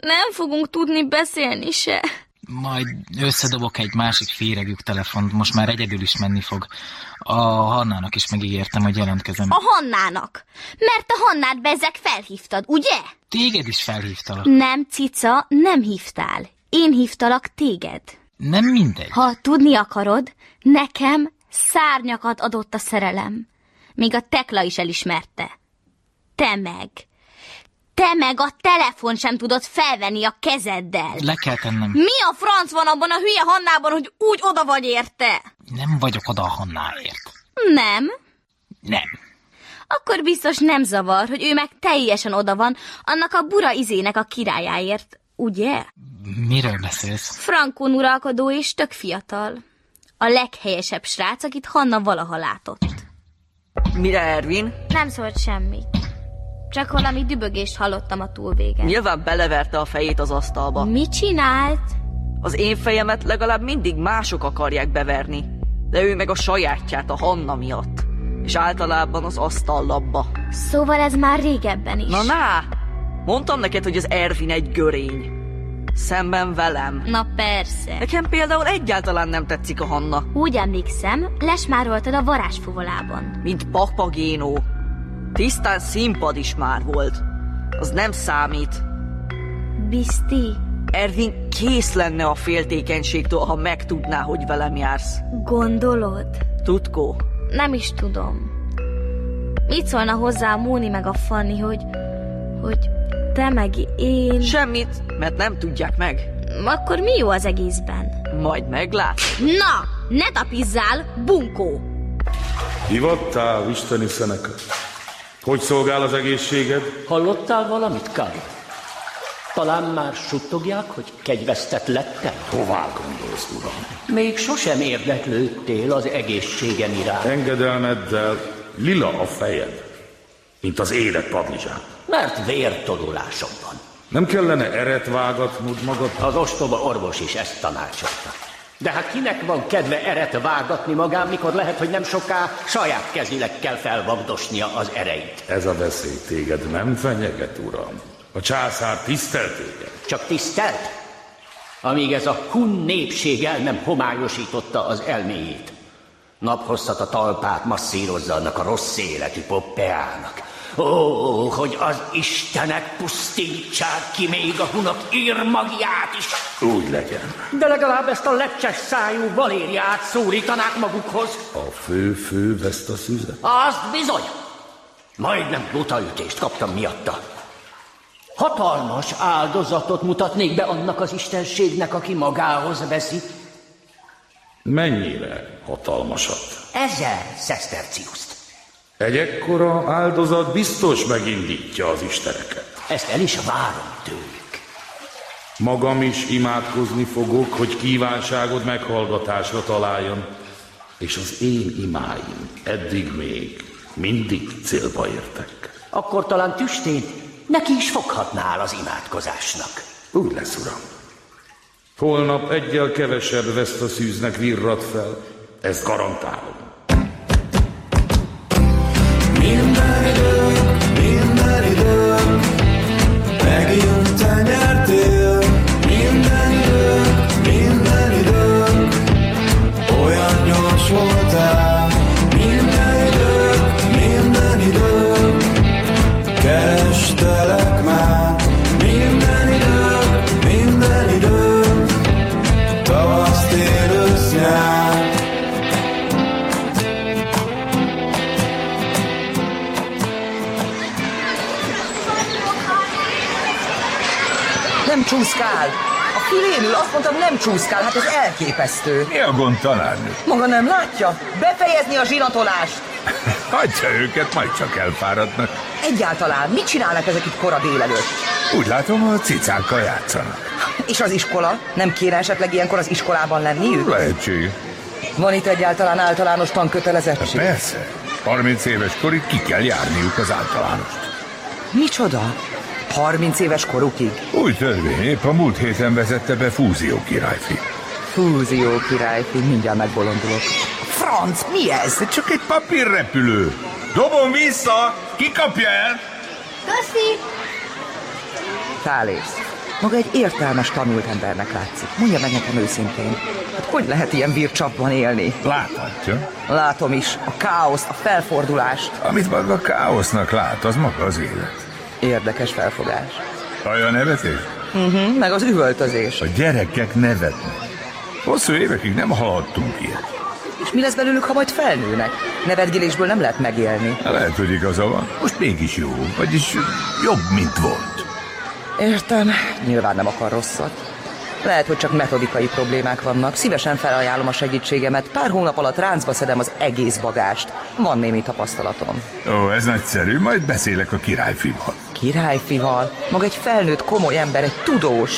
nem fogunk tudni beszélni se.
Majd összedobok egy másik féregük telefont, most már egyedül is menni fog. A Hannának is megígértem, hogy jelentkezem.
Ah!
A Hannának. Mert a Hannát bezeg felhívtad, ugye?
Téged is felhívtalak.
Nem, cica, nem hívtál. Én hívtalak téged.
Nem mindegy.
Ha tudni akarod, nekem szárnyakat adott a szerelem. Még a tekla is elismerte. Te meg. Te meg a telefon sem tudod felvenni a kezeddel.
Le kell tennem.
Mi a franc van abban a hülye Hannában, hogy úgy oda vagy érte?
Nem vagyok oda a Hannáért.
Nem.
Nem.
Akkor biztos nem zavar, hogy ő meg teljesen oda van annak a bura izének a királyáért, ugye?
Miről beszélsz?
Frankon uralkodó és tök fiatal. A leghelyesebb srác, akit Hanna valaha látott.
Mire, Ervin?
Nem szólt semmit. Csak valami dübögést hallottam a túlvégen.
Nyilván beleverte a fejét az asztalba.
Mit csinált?
Az én fejemet legalább mindig mások akarják beverni, de ő meg a sajátját, a Hanna miatt. És általában az asztallapba.
Szóval ez már régebben is.
Na na! Mondtam neked, hogy az Ervin egy görény. Szemben velem.
Na persze.
Nekem például egyáltalán nem tetszik a Hanna.
Úgy emlékszem, lesmároltad a varázsfuvolában.
Mint papagénó. Tisztán színpad is már volt. Az nem számít.
Biszti,
Ervin kész lenne a féltékenységtől, ha megtudná, hogy velem jársz.
gondolod?
Tudkó,
Nem is tudom. Mit szólna hozzá a Móni meg a Fanni, hogy... hogy te meg én...
Semmit. mert nem tudják meg.
Akkor mi jó az egészben?
Majd meglát.
Na, ne tapizzál, bunkó!
Hivattál, isteni Szeneka? Hogy szolgál az egészséged?
Hallottál valamit, Kari? Talán már suttogják, hogy kegyvesztett lettem? Hová gondolsz, uram? Még sosem érdeklődtél az egészségem iránt.
Engedelmeddel lila a fejed, mint az élet padlizsán.
Mert vértodulásom van.
Nem kellene eret vágatnod magad?
Az ostoba orvos is ezt tanácsolta. De hát kinek van kedve eret vágatni magán, mikor lehet, hogy nem soká saját kezileg kell felvagdosnia az ereit.
Ez a veszély téged nem fenyeget, uram. A császár tisztelt téged.
Csak tisztelt, amíg ez a hun népség el nem homályosította az elméjét. Naphosszat a talpát masszírozza annak a rossz életű poppeának, Ó, hogy az Istenek pusztítsák ki még a hunok írmagját is!
Úgy legyen.
De legalább ezt a lepcses szájú valériát szórítanák magukhoz.
A fő-fő veszt a szüze.
Azt bizony! Majdnem lutaütést kaptam miatta. Hatalmas áldozatot mutatnék be annak az istenségnek, aki magához veszi.
Mennyire hatalmasat?
Ezer szeszterciuszt.
Egy ekkora áldozat biztos megindítja az isteneket.
Ezt el is várom tőle.
Magam is imádkozni fogok, hogy kívánságod meghallgatásra találjon, és az én imáim eddig még mindig célba értek.
Akkor talán tüstén neki is foghatnál az imádkozásnak.
Úgy lesz, uram.
Holnap egyel kevesebb veszt a szűznek virrat fel, ezt garantálom.
Minden idők, megjött a nyár tél. Minden idők, minden idők, olyan gyors voltál. Minden idők, minden idők, kerestelek már. Minden idők, minden idők, tavasz, tél, ősz, nyár.
Nem csúszkál! A filénül azt mondtam, nem csúszkál, hát ez elképesztő.
Mi a gond tanárnő?
Maga nem látja? Befejezni a zsinatolást!
Hagyja őket, majd csak elfáradnak.
Egyáltalán mit csinálnak ezek itt kora délelőtt?
Úgy látom, a cicákkal játszanak.
És az iskola? Nem kéne esetleg ilyenkor az iskolában lenniük?
Lehetség.
Van itt egyáltalán általános tankötelezettség?
Hát Persze. 30 éves korig ki kell járniuk az általánost.
Micsoda? 30 éves korukig?
Új törvény épp a múlt héten vezette be fúzió királyfi.
Fúzió királyfi, mindjárt megbolondulok. Franc, mi ez?
Csak egy papírrepülő. Dobom vissza, ki kapja el?
Köszi! Tálépsz. Maga egy értelmes tanult embernek látszik. Mondja meg nekem őszintén. Hát hogy lehet ilyen vircsapban élni?
Láthatja.
Látom is. A káoszt, a felfordulást.
Amit maga káosznak lát, az maga az élet.
Érdekes felfogás.
Olyan nevetés?
Uh-huh, meg az üvöltözés.
A gyerekek nevetnek. Hosszú évekig nem hallhattunk ilyet.
És mi lesz belőlük, ha majd felnőnek? Nevetgélésből nem lehet megélni.
Lehet, hogy igaza van. Most mégis jó. Vagyis jobb, mint volt.
Értem. Nyilván nem akar rosszat. Lehet, hogy csak metodikai problémák vannak. Szívesen felajánlom a segítségemet. Pár hónap alatt ráncba szedem az egész bagást. Van némi tapasztalatom.
Ó, ez nagyszerű. Majd beszélek a királyfival.
Királyfival. Maga egy felnőtt, komoly ember, egy tudós.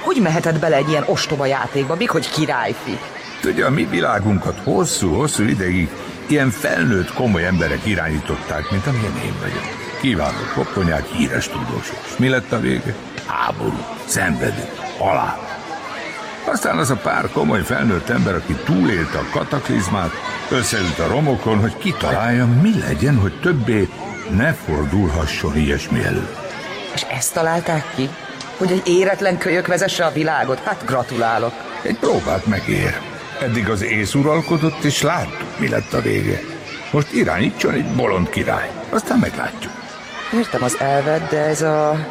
Hogy mehetett bele egy ilyen ostoba játékba, még hogy királyfi?
Tudja, a mi világunkat hosszú-hosszú ideig ilyen felnőtt komoly emberek irányították, mint amilyen én vagyok. Kiváló kopponyák, híres tudósok. És Mi lett a vége? Háború, szenvedés, halál. Aztán az a pár komoly felnőtt ember, aki túlélte a kataklizmát, összeült a romokon, hogy kitalálja, mi legyen, hogy többé ne fordulhasson ilyesmi elő.
És ezt találták ki? Hogy egy éretlen kölyök vezesse a világot? Hát gratulálok.
Egy próbát megér. Eddig az ész uralkodott, és láttuk, mi lett a vége. Most irányítson egy bolond király, aztán meglátjuk.
Értem az elvet, de ez a...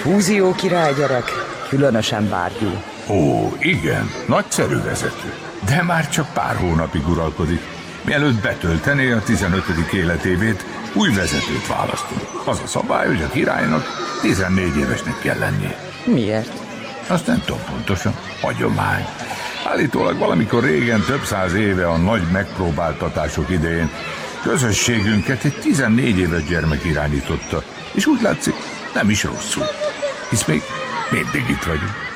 Fúzió király gyerek különösen várjú.
Ó, igen, nagyszerű vezető. De már csak pár hónapig uralkodik. Mielőtt betöltené a 15. életévét, új vezetőt választunk. Az a szabály, hogy a királynak 14 évesnek kell lennie.
Miért?
Azt nem tudom pontosan. Hagyomány. Állítólag valamikor régen, több száz éve a nagy megpróbáltatások idején közösségünket egy 14 éves gyermek irányította, és úgy látszik, nem is rosszul. Hisz még mindig itt vagyunk.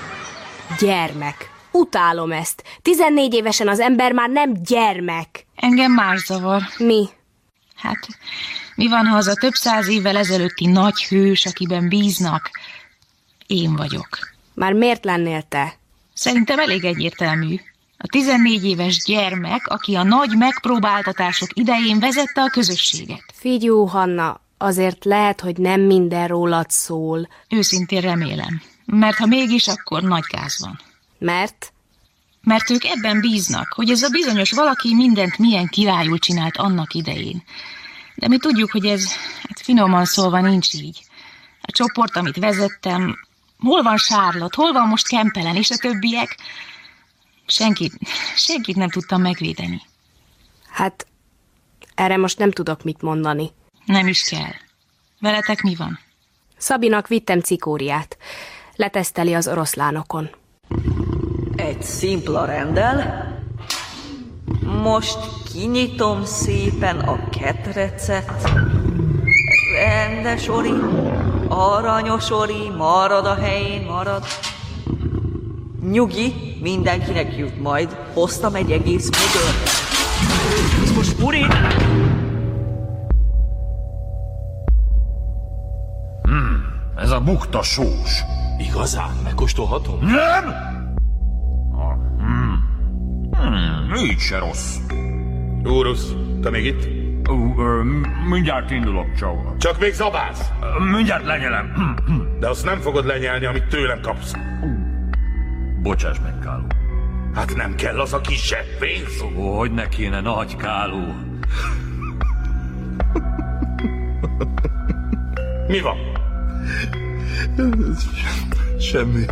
Gyermek. Utálom ezt. 14 évesen az ember már nem gyermek.
Engem más zavar.
Mi?
Hát, mi van, ha az a több száz évvel ezelőtti nagy hős, akiben bíznak, én vagyok?
Már miért lennél te?
Szerintem elég egyértelmű. A 14 éves gyermek, aki a nagy megpróbáltatások idején vezette a közösséget.
Figyú, Hanna, azért lehet, hogy nem minden rólad szól.
Őszintén remélem. Mert ha mégis, akkor nagy gáz van.
Mert?
Mert ők ebben bíznak, hogy ez a bizonyos valaki mindent milyen királyul csinált annak idején.
De mi tudjuk, hogy ez hát finoman szólva nincs így. A csoport, amit vezettem, hol van Sárlott, hol van most Kempelen és a többiek, senkit, senkit nem tudtam megvédeni.
Hát, erre most nem tudok mit mondani.
Nem is kell. Veletek mi van?
Szabinak vittem cikóriát. Leteszteli az oroszlánokon.
Egy szimpla rendel. Most kinyitom szépen a ketrecet. Rendes ori, aranyos ori, marad a helyén, marad. Nyugi, mindenkinek jut majd. Hoztam egy egész modört. Ez most puri.
Hmm, ez a bukta sós. Igazán? Megkóstolhatom? Nem! Ah, Hmm. Hmm, így se rossz. Úrusz, te még itt? mindjárt indulok, csóval.
Csak még zabász!
Mindjárt
Hm,
lenyelem.
De azt nem fogod lenyelni, amit tőlem kapsz.
Bocsáss meg, Káló.
Hát nem kell az a kisebb pénz.
Ó, hogy ne kéne, nagy Káló.
Mi van?
hm.
Semmi.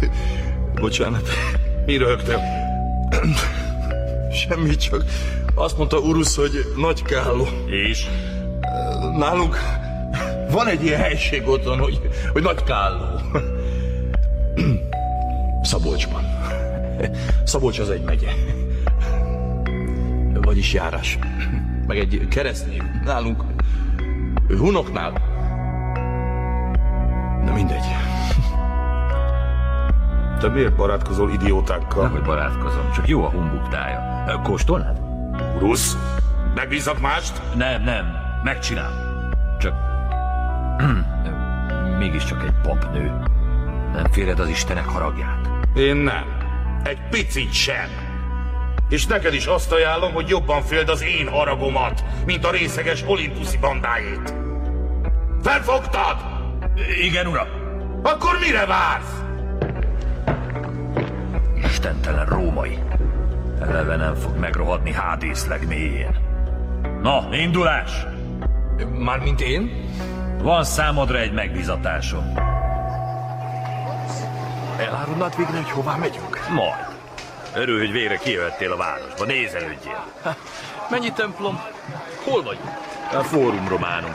Bocsánat.
Mi röhögtél?
Semmi, csak azt mondta Urusz, hogy nagy Káló. És? Nálunk van egy ilyen helység otthon, hogy, hogy nagy Káló. Szabolcsban. Szabolcs az egy megye. Vagyis járás. Meg egy keresztnév. Nálunk Hunoknál. Na mindegy.
Te miért barátkozol idiótákkal?
Nem, hogy barátkozom, csak jó a humbugtája. Ö, Kóstolnád?
Rusz, megbízok mást?
Nem, nem, megcsinál. Csak... Mégiscsak egy papnő. Nem féred az Istenek haragját.
Én nem. Egy picit sem. És neked is azt ajánlom, hogy jobban féld az én haragomat, mint a részeges olimpuszi bandájét. Felfogtad?
Igen, uram.
Akkor mire vársz?
Istentelen római. Eleve nem fog megrohadni Hádész legmélyén. Na, indulás! Mármint én? Van számodra egy megbízatásom. Elárulnád végre, hogy hová megyünk? Majd. Örül, hogy végre kijöttél a városba. Nézelődjél. Mennyi templom? Hol vagyunk? A fórum románum.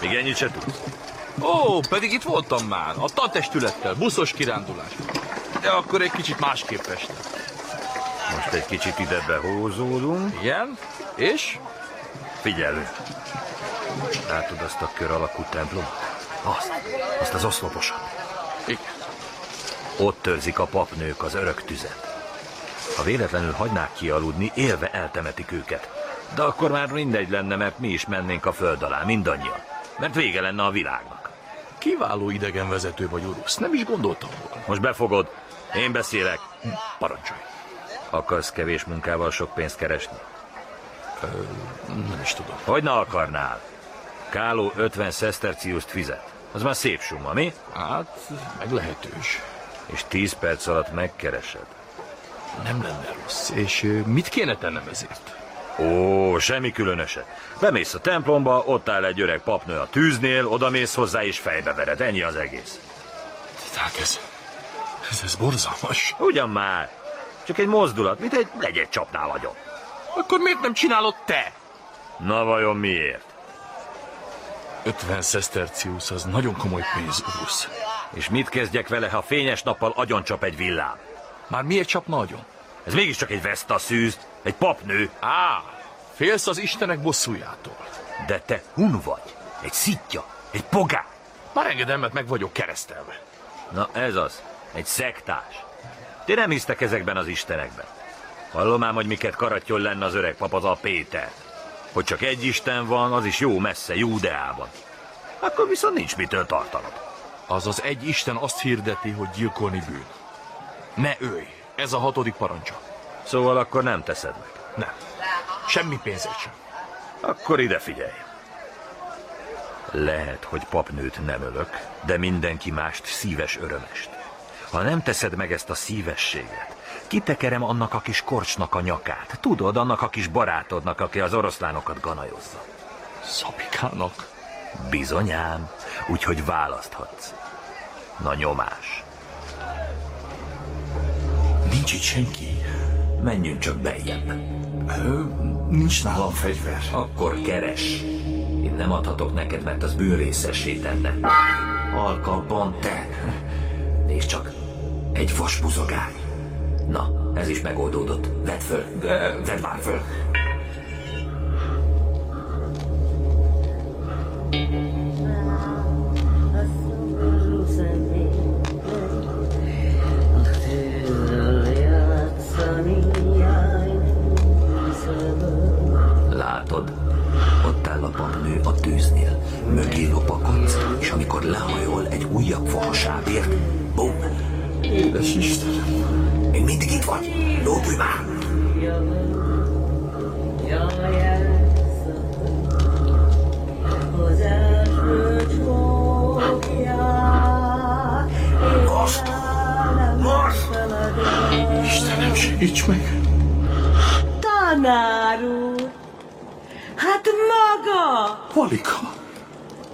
Még ennyit se tudsz? Ó, pedig itt voltam már. A tatestülettel, buszos kirándulás. De akkor egy kicsit másképp este. Most egy kicsit ide behúzódunk. Igen? És? Figyelő. Látod azt a kör alakú templomot? Azt, azt az oszloposat. Igen. Ott őrzik a papnők az örök tüzet. Ha véletlenül hagynák kialudni, élve eltemetik őket. De akkor már mindegy lenne, mert mi is mennénk a föld alá, mindannyian. Mert vége lenne a világnak. Kiváló idegenvezető vagy, Urusz. Nem is gondoltam volna. Most befogod. Én beszélek. Parancsolj. Akarsz kevés munkával sok pénzt keresni? Ö, nem is tudom. Hogy ne akarnál? Káló 50 szeszterciuszt fizet. Az már szép summa, mi? Hát, meglehetős. És 10 perc alatt megkeresed. Nem lenne rossz. És mit kéne tennem ezért? Ó, semmi különöset. Bemész a templomba, ott áll egy öreg papnő a tűznél, oda mész hozzá és fejbe vered. Ennyi az egész.
Hát ez...
Ez, ez borzalmas. Ugyan már. Csak egy mozdulat, mint egy legyet csapnál vagyok.
Akkor miért nem csinálod te?
Na vajon miért? 50 szeszterciusz, az nagyon komoly pénz, Urusz. És mit kezdjek vele, ha fényes nappal agyoncsap egy villám? Már miért csap nagyon? Ez mégiscsak egy veszta szűz, egy papnő. Á, félsz az Istenek bosszújától. De te hun vagy, egy szitja, egy pogá. Már engedelmet meg vagyok keresztelve. Na ez az, egy szektás. Ti nem hisztek ezekben az Istenekben. Hallom ám, hogy miket karatjon lenne az öreg pap az a Péter. Hogy csak egy Isten van, az is jó messze, Júdeában. Akkor viszont nincs mitől tartanod.
Az az egy Isten azt hirdeti, hogy gyilkolni bűn. Ne ölj! Ez a hatodik parancsa.
Szóval akkor nem teszed meg.
Nem. Semmi pénzért sem.
Akkor ide figyelj. Lehet, hogy papnőt nem ölök, de mindenki mást szíves örömest. Ha nem teszed meg ezt a szívességet, kitekerem annak a kis korcsnak a nyakát. Tudod, annak a kis barátodnak, aki az oroszlánokat ganajozza.
Szabikának? Bizonyám, úgyhogy választhatsz. Na nyomás.
Nincs itt senki. Menjünk csak beljebb. Ö, nincs nálam fegyver. Akkor keres. Én nem adhatok neked, mert az bőrészessé tenne. Alkalban te. Nézd csak, egy vasbuzogány. Na, ez is megoldódott. Vedd föl. Vedd már föl. Látod, ott áll a papnő a tűznél, mögé lopakodsz, és amikor lehajol egy újabb fahasábért, bum! Édes Istenem! Még mindig itt vagy? Lódulj már! Most! Most! Istenem, segíts meg!
Tanár úr! Hát maga!
Valika!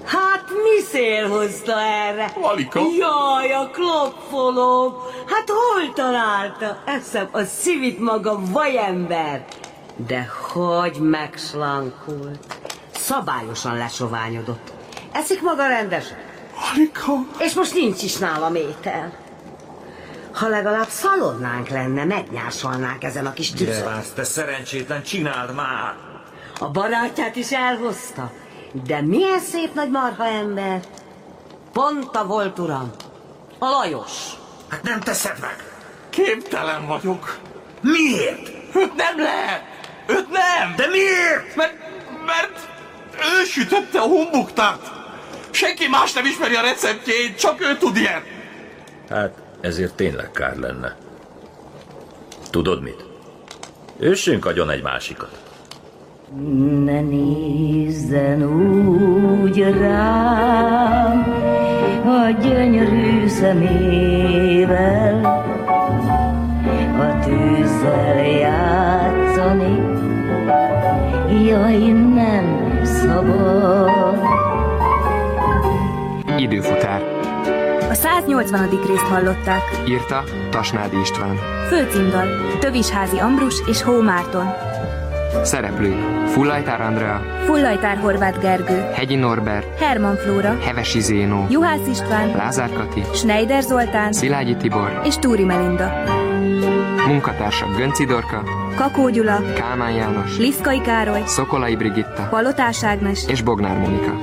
Hát mi szél hozta erre?
Valika?
Jaj, a klopfolóm! Hát hol találta? Eszem a szívit maga vajember!
De hogy megslankult. Szabályosan lesoványodott. Eszik maga rendesen?
Alika!
És most nincs is nálam étel. Ha legalább szalonnánk lenne, megnyásolnánk ezen a kis
Mire
tűzön.
vársz, te szerencsétlen, csináld már!
A barátját is elhozta. De milyen szép nagy marha ember. Ponta volt, uram. A Lajos.
Hát nem teszed meg.
Képtelen vagyok.
Miért?
Őt nem lehet.
Őt nem! De miért?
Mert, mert ő sütötte a humbuktát. Senki más nem ismeri a receptjét, csak ő tud ilyet.
Hát ezért tényleg kár lenne. Tudod mit? Ősünk agyon egy másikat.
Ne nézzen úgy rám, a gyönyörű szemével, a tűzzel játszani, jaj, nem szabad.
Időfutár.
A 180. részt hallották.
Írta Tasnádi István.
Főcímdal Tövisházi Ambrus és Hó Márton.
Szereplők. Fullajtár Andrea,
Fullajtár Horváth Gergő.
Hegyi Norbert,
Herman Flóra.
Hevesi Zénó,
Juhász István.
Lázár Kati,
Schneider Zoltán.
Szilágyi Tibor,
És Túri Melinda.
munkatársak Gönci Dorka,
Kakó Gyula.
Kálmán János,
Liszkai Károly.
Szokolai Brigitta
Palotás Ágnes.
és Bognár Mónika.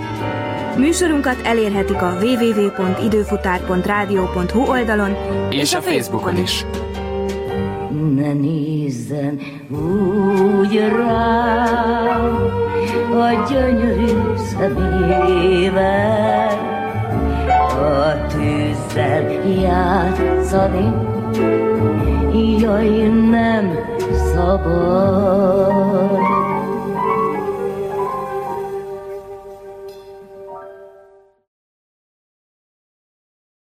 Műsorunkat elérhetik a www.időfutár.rádió.hu oldalon
És a Facebookon is.
Ne nézzen úgy rám, a gyönyörű szemével, a tűzzel játszani, jaj, nem szabad.